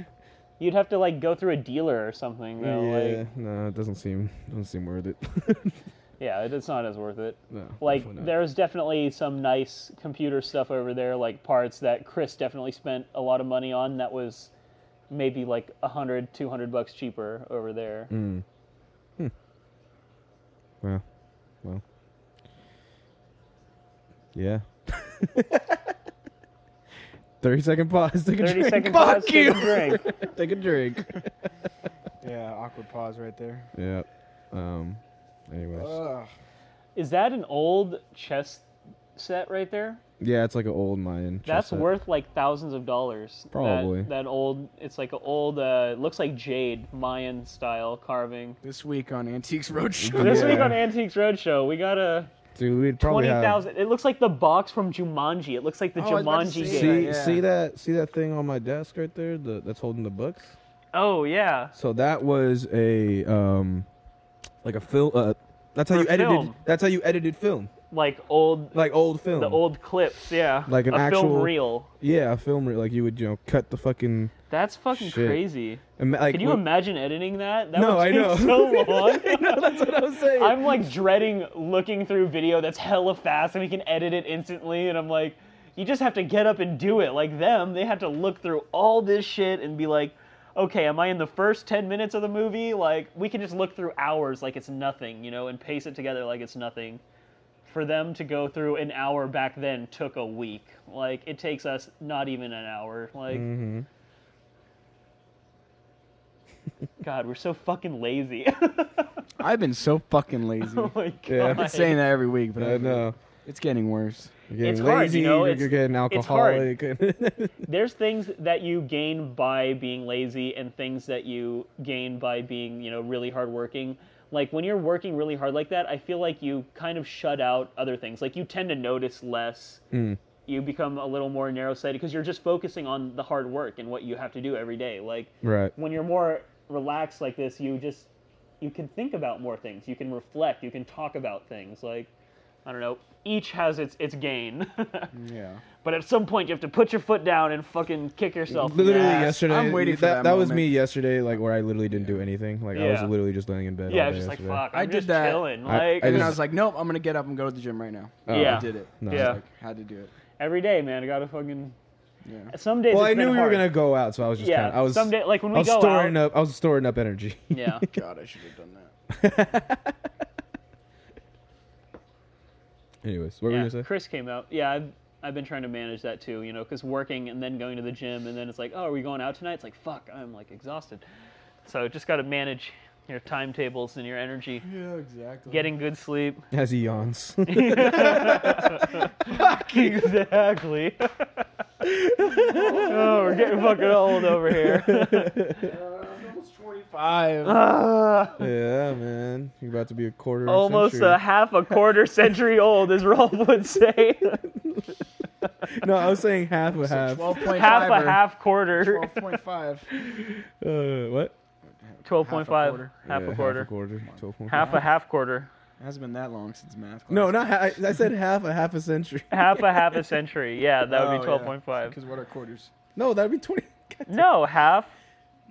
C: You'd have to like go through a dealer or something. Though.
B: yeah.
C: Like,
B: no, it doesn't seem doesn't seem worth it.
C: yeah, it- it's not as worth it.
B: no.
C: Like,
B: definitely not.
C: there's definitely some nice computer stuff over there, like parts that Chris definitely spent a lot of money on. That was maybe like 100, 200 bucks cheaper over
B: Mm.
C: there.
B: Hmm. Well, well. Yeah. Thirty second pause. Take a
C: 30
B: drink.
C: second
A: Fuck
C: pause, take a
A: you!
C: drink.
B: Take a drink.
A: Yeah, awkward pause right there.
B: yeah. Um. Anyways.
C: Uh,
A: Ugh.
C: Is that an old chess set right there?
B: yeah, it's like an old Mayan.
C: That's
B: chess set.
C: worth like thousands of dollars. That-
B: Probably.
C: That, old, it's like an old, uh, looks like jade Mayan style carving.
A: This week on Antiques Roadshow.
C: This week
B: Yeah.
C: on Antiques Roadshow, we got a
B: Dude, we'd probably
C: twenty
B: have-
C: thousand. It looks like the box from Jumanji. It looks like the
A: Oh, I was about to
C: Jumanji game.
A: say
B: See,
A: Yeah, yeah.
B: see that, see that thing on my desk right there. The, that's holding the books.
C: Oh yeah,
B: So that was a, um, like a film. Uh, that's how
C: For
B: you edited.
C: film.
B: That's how you edited film,
C: like old,
B: like old film.
C: the old clips. Yeah,
B: Like an
C: a
B: actual-
C: film reel.
B: Yeah, a film. re- Like you would, you know, cut the fucking.
C: That's fucking
B: Shit.
C: crazy.
B: ima- Like,
C: Can you
B: what-
C: imagine editing that? That
B: No,
C: would
B: I
C: take
B: know.
C: so long.
B: I know, that's what I was saying.
C: I'm like dreading looking through video that's hella fast and we can edit it instantly. And I'm like, you just have to get up and do it. Like them, they have to look through all this shit and be like, okay, am I in the first 10 minutes of the movie? Like, we can just look through hours like it's nothing, you know, and pace it together like it's nothing. For them to go through an hour back then took a week. Like, it takes us not even an hour. Like,
B: Mhm.
C: God, we're so fucking lazy.
A: I've been so fucking lazy.
C: oh my God.
B: Yeah.
A: I'm saying that every week, but
B: I know.
A: it's getting worse.
B: You're getting
C: It's
B: lazy.
C: hard, you know,
B: you're,
C: it's-
B: you're getting
C: it's hard.
B: alcoholic.
C: there's things that you gain by being lazy and things that you gain by being you know really hardworking like when you're working really hard like that i feel like you kind of shut out other things like you tend to notice less
B: Mm,
C: you become a little more narrow-sighted because you're just focusing on the hard work and what you have to do every day like
B: right.
C: when you're more relaxed like this you just you can think about more things you can reflect you can talk about things like i don't know each has its its gain
A: Yeah.
C: But at some point, you have to put your foot down and fucking kick yourself.
B: Literally
A: Yeah.
B: yesterday.
A: I'm waiting for that
B: was me
A: moment.
B: yesterday, like where I literally didn't do anything. Like I was
C: Yeah.
B: literally just laying in bed.
C: yeah,
B: all
C: I was
B: day
C: just like,
B: yesterday.
C: fuck. I'm
A: I did
C: just
A: that.
C: chilling.
B: I-
C: Like,
B: I
A: And
B: just-
A: then I was like, nope, I'm gonna get up and go to the gym right now.
B: Oh.
C: yeah.
A: I did it.
B: No.
C: Yeah.
A: Like, had to do it.
C: Every day, man. I gotta fucking.
A: Yeah.
C: Some days.
B: Well,
C: it's
B: I knew
C: been
B: we were
C: hard.
B: gonna go out, so I was just
C: Yeah.
B: kind of. I was
C: someday, like
B: I
C: when we
B: was
C: go
B: storing
C: out.
B: up. I was storing up energy.
C: Yeah.
A: God, I should have done that.
B: Anyways, what were you
C: yeah.
B: gonna say?
C: Chris came out. Yeah, I've I've been trying to manage that too. You know, because working and then going to the gym and then it's like, oh, are we going out tonight? It's like, fuck, I'm like exhausted. So just gotta manage your timetables and your energy.
A: Yeah, exactly.
C: Getting good sleep.
B: As he yawns.
C: exactly. oh, we're getting fucking old over here.
A: almost 25.
B: yeah, man. You're about to be a quarter. of a
C: almost
B: century.
C: a half a quarter century old, as Rolf would say.
B: No, I was saying half a half.
C: Uh, half a half quarter.
A: 12.5.
B: Uh, what?
C: Twelve point
A: Half a
C: five.
A: quarter.
C: Half
B: Yeah,
C: a quarter.
B: Half a quarter. 12.5.
C: Half a half quarter.
A: hasn't been that long since math class.
B: No, not. Ha- I, I said half a half a century.
C: Half a half a century. Yeah, that would be twelve point five.
A: Oh, Because what are quarters?
B: No, that'd be twenty.
C: No, half.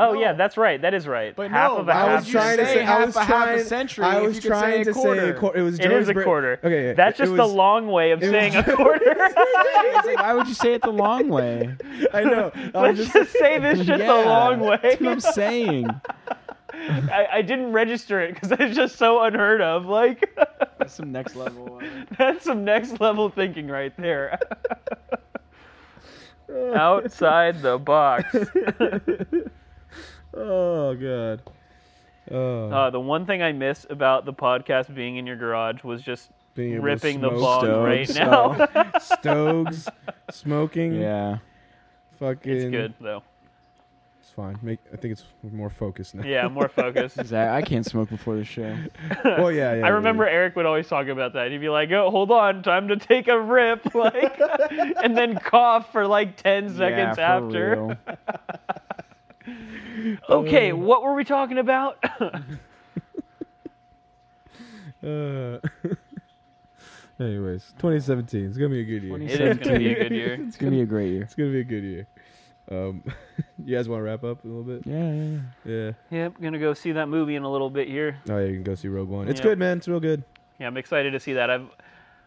C: Oh
A: No.
C: yeah, that's right. That is right.
A: But
C: half
A: no,
C: of a
B: I
A: why
C: half.
B: was
A: would you
B: trying to
A: say
B: say I
A: half
B: was
A: a half a
B: trying-
A: century
B: I
A: if
B: was
A: you could say
B: trying to
A: a
B: say a
A: quarter?
B: quarter. It was.
C: it is
B: Joey's
C: a
B: Brit-
C: quarter.
B: Okay. yeah,
C: That's
B: it
C: just the
B: was-
C: long way of
B: it was-
C: saying a quarter.
A: It's like, why would you say it the long way?
B: I know. I'm
C: Let's
B: just.
C: just say this shit
A: Yeah,
C: the long
A: That's what
C: way.
A: I'm saying.
C: I, I didn't register it because it's just so unheard of. Like,
A: That's some next level. uh,
C: That's some next level thinking right there. Outside the box.
B: oh god. Oh,
C: Uh, the one thing I miss about the podcast being in your garage was just
B: being able to
C: ripping the
B: smoke
C: vlog
A: Stoves,
C: right
A: so-
C: now.
B: Stogs, smoking.
A: Yeah.
B: Fucking.
C: it's good though.
B: It's fine. Make. I think it's more focused now.
C: Yeah, more focused.
A: Exactly. I can't smoke before the show.
B: Well, yeah. yeah yeah,
C: I remember
B: yeah.
C: Eric would always talk about that. He'd be like, "Oh, hold on, time to take a rip," like, and then cough for like ten
A: Yeah,
C: seconds
A: for
C: after.
A: real.
C: Okay, what were we talking about?
B: Uh, anyways, 2017. It's gonna be a good year.
C: it is gonna be a good year.
A: It's gonna be a great year.
B: It's gonna be a good year. Um, you guys want to wrap up a little bit?
A: Yeah. yeah, yeah.
B: Yeah.
C: Yep, gonna go see that movie in a little bit here.
B: Oh yeah, you can go see Rogue One. It's
C: Yeah.
B: good, man. It's real good.
C: Yeah, I'm excited to see that. I've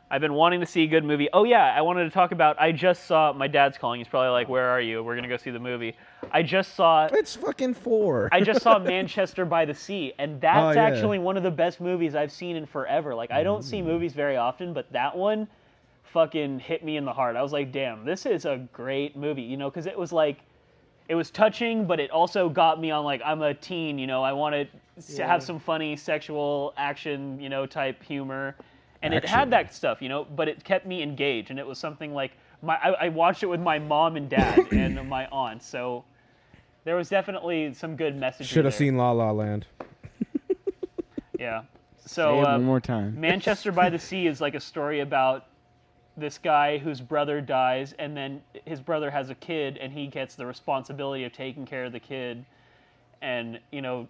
C: I've been wanting to see a good movie. Oh yeah, I wanted to talk about. I just saw. My dad's calling. He's probably like, "Where are you? We're gonna go see the movie." I just saw.
B: It's fucking four.
C: I just saw Manchester by the Sea, and
B: Oh,
C: that's
B: yeah.
C: actually one of the best movies I've seen in forever. Like, I don't
B: Mm.
C: see movies very often, but that one fucking hit me in the heart. I was like, damn, this is a great movie, you know, because it was like, it was touching, but it also got me on, like, I'm a teen, you know, I want to have some funny sexual action, you know, type humor. And it had
B: Action.
C: that stuff, you know, but it kept me engaged, and it was something like, my, I, I watched it with my mom and dad and my aunt, so there was definitely some good messaging.
B: Should have
C: there.
B: seen La La Land.
C: Yeah.
A: Say
C: So
A: it
C: uh,
A: one more time.
C: Manchester by the Sea is like a story about this guy whose brother dies, and then his brother has a kid, and he gets the responsibility of taking care of the kid, and you know,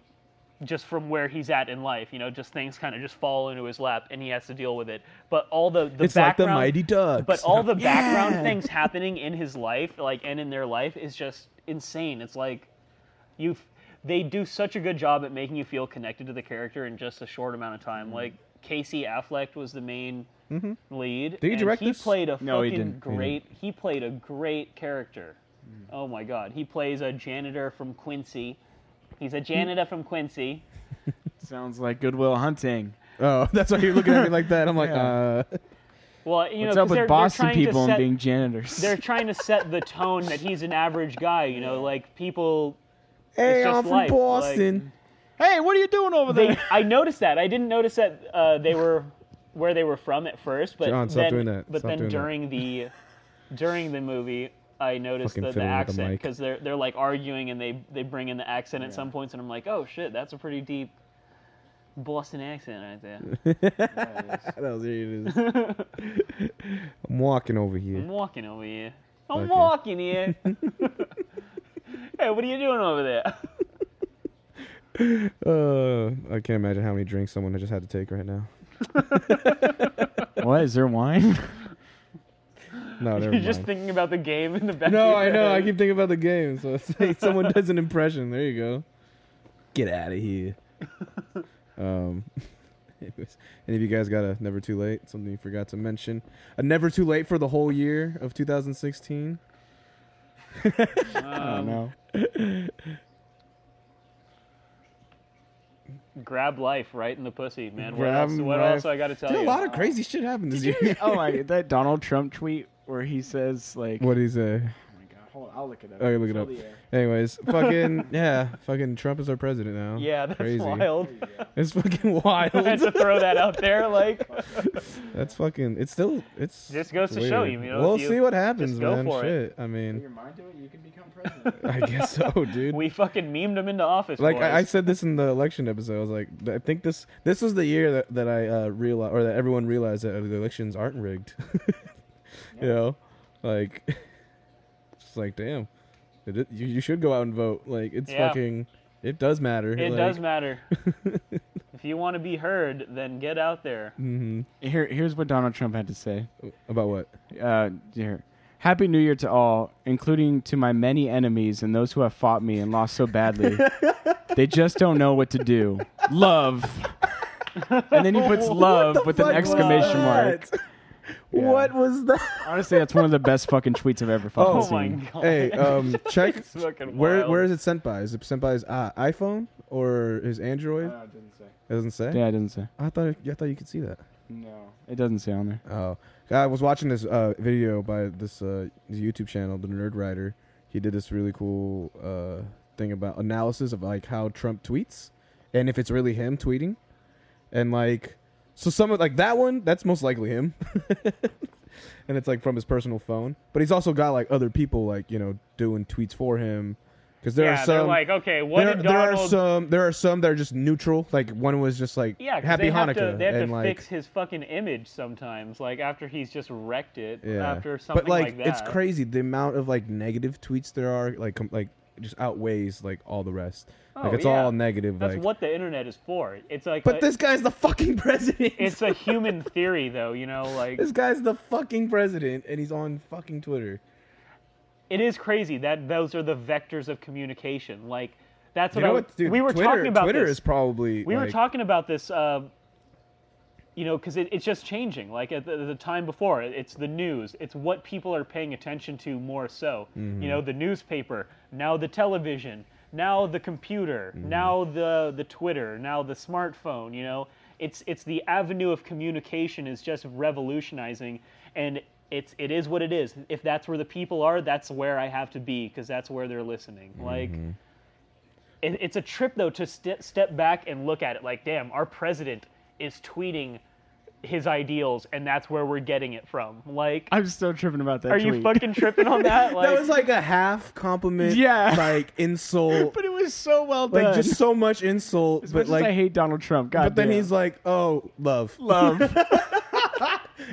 C: just from where he's at in life, you know, just things kind of just fall into his lap, and he has to deal with it. But all the the
B: It's like the
C: background,
B: Mighty Ducks.
C: but all the background
A: Yeah.
C: things happening in his life, like and in their life, is just insane. It's like you, they do such a good job at making you feel connected to the character in just a short amount of
A: Mm-hmm.
C: time. Like Casey Affleck was the main lead.
B: he
C: and
B: direct
C: He
B: this?
C: played a
A: No, he
C: fucking
A: didn't. Mm. He didn't.
C: great. He played a great character. Oh my god, he plays a janitor from Quincy. He's a janitor from Quincy.
A: Sounds like Goodwill Hunting.
B: Oh, that's why you're looking at me like that. I'm like,
A: Yeah.
B: uh,
C: Well, you
A: What's
C: know, 'cause
A: up with
C: they're- they're
A: Boston
C: trying to
A: people and
C: set-
A: being janitors?
C: they're trying to set the tone that he's an average guy. You know, like people.
B: hey,
C: It's just
B: I'm from
C: life,
B: Boston.
A: hey, what are you doing over
C: They,
A: there?
C: I noticed that. I didn't notice that uh, they were where they were from at first, but
B: John, stop
C: then,
B: doing that.
C: but
B: Stop
C: then
B: doing that.
C: during the during the movie, I noticed
B: Fucking
C: the, the
B: fiddling with the
C: accent
B: mic.
C: because they're they're like arguing and they they bring in the accent at some points, and I'm like, oh shit, that's a pretty deep Boston accent right there.
B: that was here it is. I'm walking over
C: I'm
B: here.
C: walking over here. I'm
B: Okay.
C: walking here. hey, what are you doing over there? Hmm?
B: Uh, I can't imagine how many drinks someone just had to take right now.
A: what is there wine?
B: No, never
C: You're
B: mind.
C: just thinking about the game in the back.
B: no,
C: of
B: I
C: your
B: know. I
C: head.
B: keep thinking about the game. So it's like someone does an impression. There you go. Get out of here. Um, anyways, any of you guys got a never too late? Something you forgot to mention? A never too late for the whole year of 2016.
A: I
C: Um,
A: don't know.
C: grab life right in the pussy, man. What
B: Grab
C: else? What
B: life.
C: else I got to tell
B: Dude,
C: you?
B: a lot of crazy shit happened this year.
A: oh my, that Donald Trump tweet where he says like,
B: What do you say?
A: Oh my god, hold on, I'll look it up.
B: Okay, look
A: It's
B: it
A: on
B: up.
A: the air.
B: Anyways, fucking yeah, fucking Trump is our president now.
C: yeah, that's
B: Crazy.
C: wild.
B: It's fucking
C: I had
B: wild.
C: to throw that out there. Like,
B: That's fucking. It's still. It's
C: Just goes to show
B: weird.
C: you, you know,
B: we'll
C: if you
B: see what happens,
C: just go
B: man.
C: for
B: Shit.
C: it.
B: I mean,
A: mind to it, you can become president.
B: I guess so, dude.
C: we fucking memed him into office.
B: like
C: boys.
B: I, I said this in the election episode. I was like, I think this this was the year that that I uh, realized or that everyone realized that the elections aren't rigged. You know, like it's like damn, it, is- you you should go out and vote. Like it's
C: Yeah.
B: fucking. It doys matter.
C: it
B: like,
C: does matter. if you want to be heard, then get out there.
B: Mm,
A: Here, here's what Donald Trump had to say.
B: About what?
A: Uh, here. Happy New Year to all, including to my many enemies and those who have fought me and lost so badly. they just don't know what to do. Love. And then he puts love with an exclamation mark. Yeah.
B: What was that?
A: Honestly, that's one of the best fucking tweets I've ever fucking
B: Oh
C: Oh
A: seen.
C: my god.
B: Hey, um, check
C: It's fucking
B: where
C: wild.
B: where is it sent by? Is it sent by his uh, iPhone or his Android?
D: didn't say.
B: It doesn't say.
A: Yeah, it doesn't say.
B: I thought I thought you could see that.
A: No, it doesn't say on there.
B: Oh, I was watching this uh, video by this uh, this YouTube channel, the Nerd Writer. He did this really cool uh, thing about analysis of like how Trump tweets and if it's really him tweeting, and like so some of like that one that's most likely him, and it's like from his personal phone. But he's also got like other people like you know doing tweets for him because there
C: yeah,
B: are
C: they're
B: some
C: like, okay, what
B: there,
C: did
B: there
C: Donald?
B: are some there are some that are just neutral. Like one was just like
C: yeah, 'cause
B: Happy
C: they have
B: Hanukkah
C: to, they have
B: and
C: to
B: like
C: fix his fucking image sometimes. Like after he's just wrecked it.
B: yeah.
C: After something
B: but like,
C: that.
B: it's crazy the amount of like negative tweets there are like com- like just outweighs like all the rest. like
C: Oh,
B: it's
C: yeah.
B: all negative.
C: That's
B: like,
C: what the internet is for. It's like,
B: but
C: a-
B: this guy's the fucking president.
C: it's a human theory, though. You know, like
B: this guy's the fucking president, and he's on fucking Twitter.
C: it is crazy that those are the vectors of communication. Like that's
B: You
C: what,
B: know
C: I,
B: what, dude?
C: we were
B: Twitter,
C: talking about.
B: Twitter
C: this.
B: is probably
C: we were
B: like-
C: talking about this uh, you know because it, it's just changing like at the, the time before it- it's the news it's what people are paying attention to more so you know the newspaper now the television now the computer now the the twitter now the smartphone you know it's it's the avenue of communication is just revolutionizing and it's it is what it is if that's where the people are that's where i have to be because that's where they're listening like it, it's a trip though to st- step back and look at it like damn our president is tweeting his ideals and that's where we're getting it from like
A: I'm still tripping about that.
C: are you fucking tripping on that like
B: that was like a half compliment,
A: Yeah.
B: like insult,
A: But it was so well done.
B: like just so much insult,
A: as much
B: but
A: as
B: like
A: I hate Donald Trump. God
B: But then
A: damn.
B: he's like, "Oh, love,
A: love.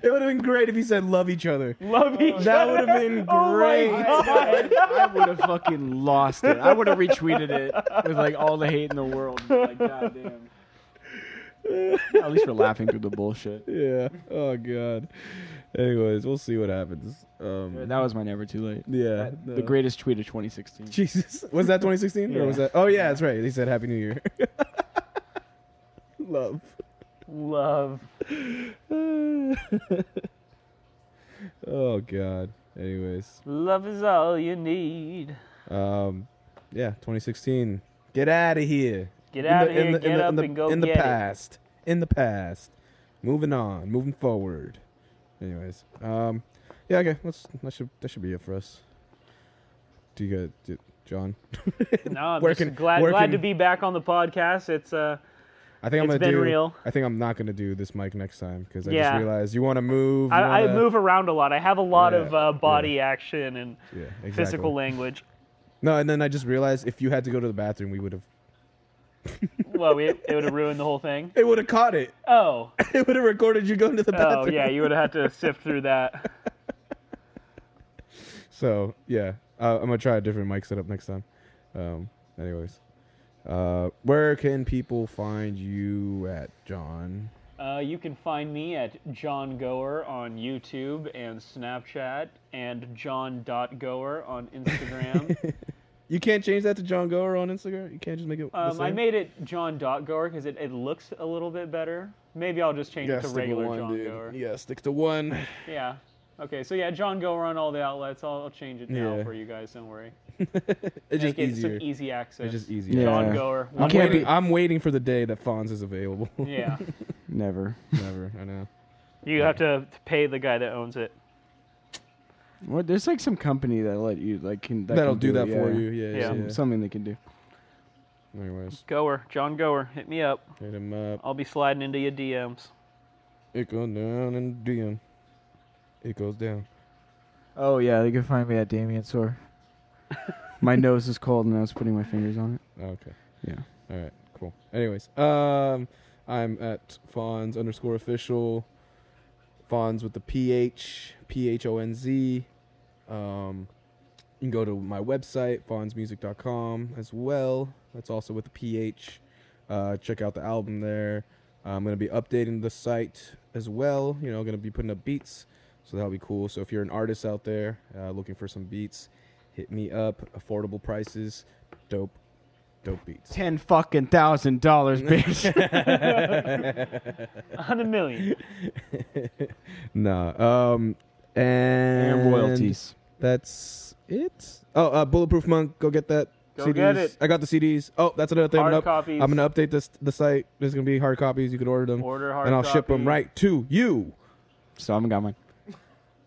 B: It would have been great if he said, "Love each other."
C: love each
B: That
C: other.
B: would have been
C: Oh my
B: great.
C: God.
A: I would have fucking lost it. I would have retweeted it with like all the hate in the world. Like, goddamn. At least we're laughing through the bullshit.
B: yeah. Oh God. Anyways, we'll see what happens. Um,
A: That was my never too late.
B: yeah.
A: The greatest tweet of 2016.
B: Jesus. Was that 2016 or was
A: Yeah.
B: that? Oh yeah, that's right. He said Happy New Year. Love.
C: love
B: oh God. Anyways,
C: love is all you need
B: um, yeah, 2016. Get out of here. In
C: get
B: the-
C: out of
B: in
C: here
B: the- in
C: get
B: the-
C: up
B: in the-
C: and go
B: in
C: get
B: the past in the past moving on moving forward anyways um yeah okay let's that should that should be it for us do you got do- john
C: it no i'm
B: Where
C: just
B: can-
C: glad
B: where
C: glad
B: can-
C: to be back on the podcast it's uh
B: i think i'm
C: It's
B: gonna
C: been
B: do
C: real.
B: i think i'm not gonna do this mic next time because i
C: Yeah.
B: just realized you want to move you
C: I, I
B: wanna- Oh,
C: move around a lot i have a lot
B: Yeah,
C: of uh,
B: yeah.
C: body action and
B: yeah exactly.
C: physical language
B: no and then i just realized if you had to go to the bathroom we would have
C: well we, it would have ruined the whole thing
B: it would have caught it
C: oh
B: it would have recorded you going to the
C: Oh
B: bathroom
C: yeah, you would have had to sift through that.
B: So yeah, uh, I'm gonna try a different mic setup next time. Um, anyways, uh, where can people find you at, John?
C: Uh, you can find me at John Goer on YouTube and Snapchat, and John.Goer on Instagram.
B: You can't change that to John Goer on Instagram. You can't just make it. the
C: um,
B: same?
C: I made it John.Goer because it, it looks a little bit better. Maybe I'll just
B: You
C: change
B: gotta
C: it to
B: stick to
C: regular
B: one,
C: John
B: dude.
C: Goer.
B: Yeah, stick to one.
C: Yeah. Okay, so yeah, John Goer on all the outlets. I'll, I'll change it now
B: Yeah.
C: for you guys. Don't worry.
B: It's just
C: Make it
B: easier.
C: some easy access.
B: It's just easier.
C: John
A: Yeah.
C: Goer.
B: I'm
C: One
A: Can't
B: waiting,
A: be-
B: I'm waiting for the day that Fonz is available.
C: word. Yeah.
A: Never.
B: Never. I know.
C: You have to pay the guy that owns it.
A: What? There's like some company that let you like can that
B: That'll
A: can
B: do that
A: it,
B: for
A: yeah.
B: you. Yeah.
C: Yeah.
B: Yeah.
A: Some-
B: yeah.
A: Something they can do.
B: Anyways,
C: Goer, John Goer, hit me up.
B: hit him up.
C: I'll be sliding into your DMs.
B: It goes down and DM. It goes down.
A: Oh yeah, they can find me at Damien Sore. my nose is cold and I was putting my fingers on it.
B: Okay.
A: Yeah.
B: All right, cool. Anyways, um, I'm at Fonz underscore official. Fonz with the PH, P H O N Z. Um, you can go to my website, fonzmusic.com, as well. That's also with the PH. Uh, check out the album there. I'm going to be updating the site as well. You know, going to be putting up beats. So that'll be cool. So if you're an artist out there uh, looking for some beats, hit me up. Affordable prices, dope, dope beats.
A: Ten fucking thousand dollars, bitch.
C: on a million.
B: nah. Um, and
A: and royalties.
B: That's it. Oh, uh, Bulletproof Monk, go get that.
C: Go
B: CDs.
C: get it.
B: I got the CDs. Oh, that's another thing.
C: Hard
B: I'm, gonna up-
C: copies.
B: I'm gonna update this the site. There's gonna be hard copies. You can order them,
C: Order hard
B: and I'll ship
C: copy.
B: them right to you.
A: So I haven't got mine.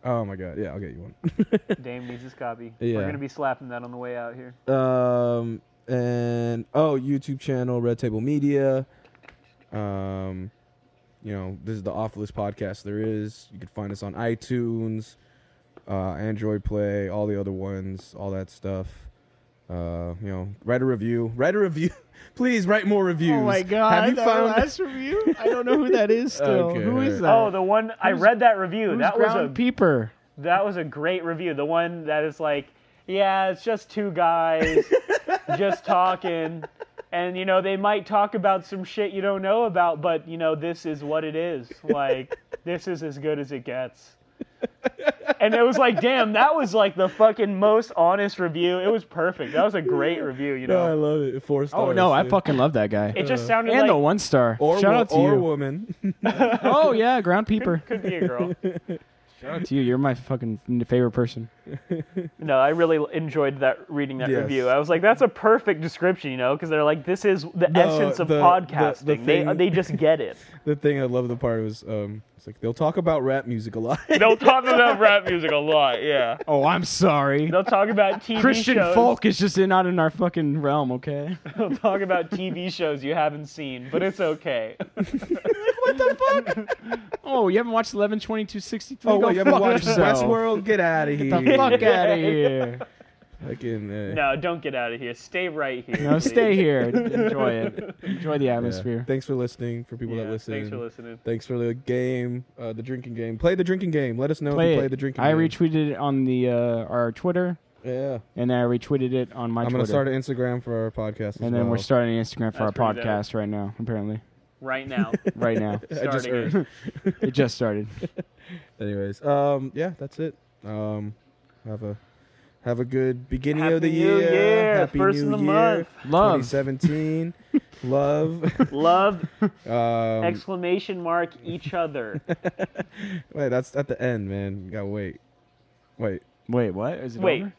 B: Oh my god, yeah, I'll get you one.
C: Dame needs his copy. We're
B: Yeah.
C: gonna be slapping that on the way out here.
B: Um, and oh, YouTube channel Red Table Media. Um, you know, this is the off list podcast there is. You can find us on iTunes, uh, Android Play, all the other ones, all that stuff. Uh, you know, write a review. Write a review. Please write more reviews.
A: Oh
B: Have you found?
A: review? I don't know who that is. Still,
B: Okay,
A: who
B: alright.
A: is that?
C: Oh, the one I read that review.
A: Who's
C: Oh, That was a
A: Ground peeper.
C: that was a great review. The one that is like, yeah, it's just two guys just talking. And you know, they might talk about some shit you don't know about, but you know, this is what it is. Like, this is as good as it gets. And it was like, damn, that was like the fucking most honest review. It was perfect. That was a great review, you
B: No, I
C: know.
B: love it. Four stars.
A: Oh no, I
B: dude.
A: fucking love that guy.
C: It
A: And
C: just sounded
A: the
C: like
A: one star.
B: or
A: Shout
B: wo-
A: out to
B: or
A: you.
B: woman.
A: Oh yeah, ground peeper.
C: could be a girl.
A: Shout out to you. You're my fucking favorite person.
C: No, I really enjoyed that reading that
B: Yes.
C: review. I was like, that's a perfect description, you know, because they're like, this is the essence of
B: the- the- the thing-
C: podcasting. They they just get it.
B: the thing I love the part was um, it's like they'll talk about rap music a lot.
C: They'll talk about rap music a lot, yeah.
A: Oh, I'm sorry.
C: They'll talk about TV
A: Christian
C: shows.
A: folk is just in, not in our fucking realm. Okay.
C: They'll talk about TV shows you haven't seen, but it's okay.
A: what the fuck? oh, you haven't watched 11, 22, 63?
B: oh
A: Go
B: wait, you haven't
A: fuck
B: watched
A: yourself.
B: Westworld? Get out of here.
A: Get the fuck out of here.
B: Fucking, uh,
C: No, don't get out of here. Stay right here.
A: No,
C: please.
A: stay here. Enjoy it. Enjoy the
B: yeah.
A: atmosphere.
B: Thanks for listening. For people
C: Yeah,
B: that listen,
C: Thanks for listening.
B: Thanks for the game, uh, the drinking game. Play the drinking game. Let us know
A: Play
B: if
A: it.
B: you play the drinking
A: I
B: game.
A: retweeted it on the uh, our Twitter,
B: Yeah,
A: and I retweeted it on my
B: I'm
A: Twitter.
B: gonna start an Instagram for our podcast. As
A: and then
B: well.
A: we're starting Instagram for
C: That's
A: our
C: pretty dope.
A: podcast right now. Apparently,
C: Right now.
A: right now
B: I just
C: starting it.
B: heard.
A: it just started.
B: Anyways, um, yeah, that's it. Um, have a have a good beginning
C: Happy
B: of the
C: New
B: year.
C: Year.
B: Happy
C: First
B: New
C: of the
B: Year.
C: month.
A: Love.
B: 2017. Love.
C: Love
B: Um,
C: exclamation mark each other.
B: wait, that's at the end, man. You gotta wait. Wait.
A: Wait, what? Is it
C: Wait.
A: over?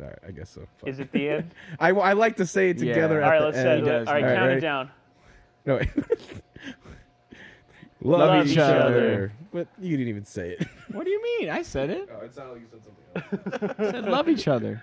B: All right, I guess so. Fuck.
C: Is it the end?
B: I, I like to say it
A: Yeah.
B: together.
C: All right,
B: at
C: let's
B: the
C: say
B: end.
C: it. All right,
B: All right,
C: count it
B: right?
C: down.
B: No, wait.
A: Love
C: each other.
B: But you didn't even say it.
A: What do you mean? I said it.
B: Oh, it sounded like you said something else.
A: I said love each other.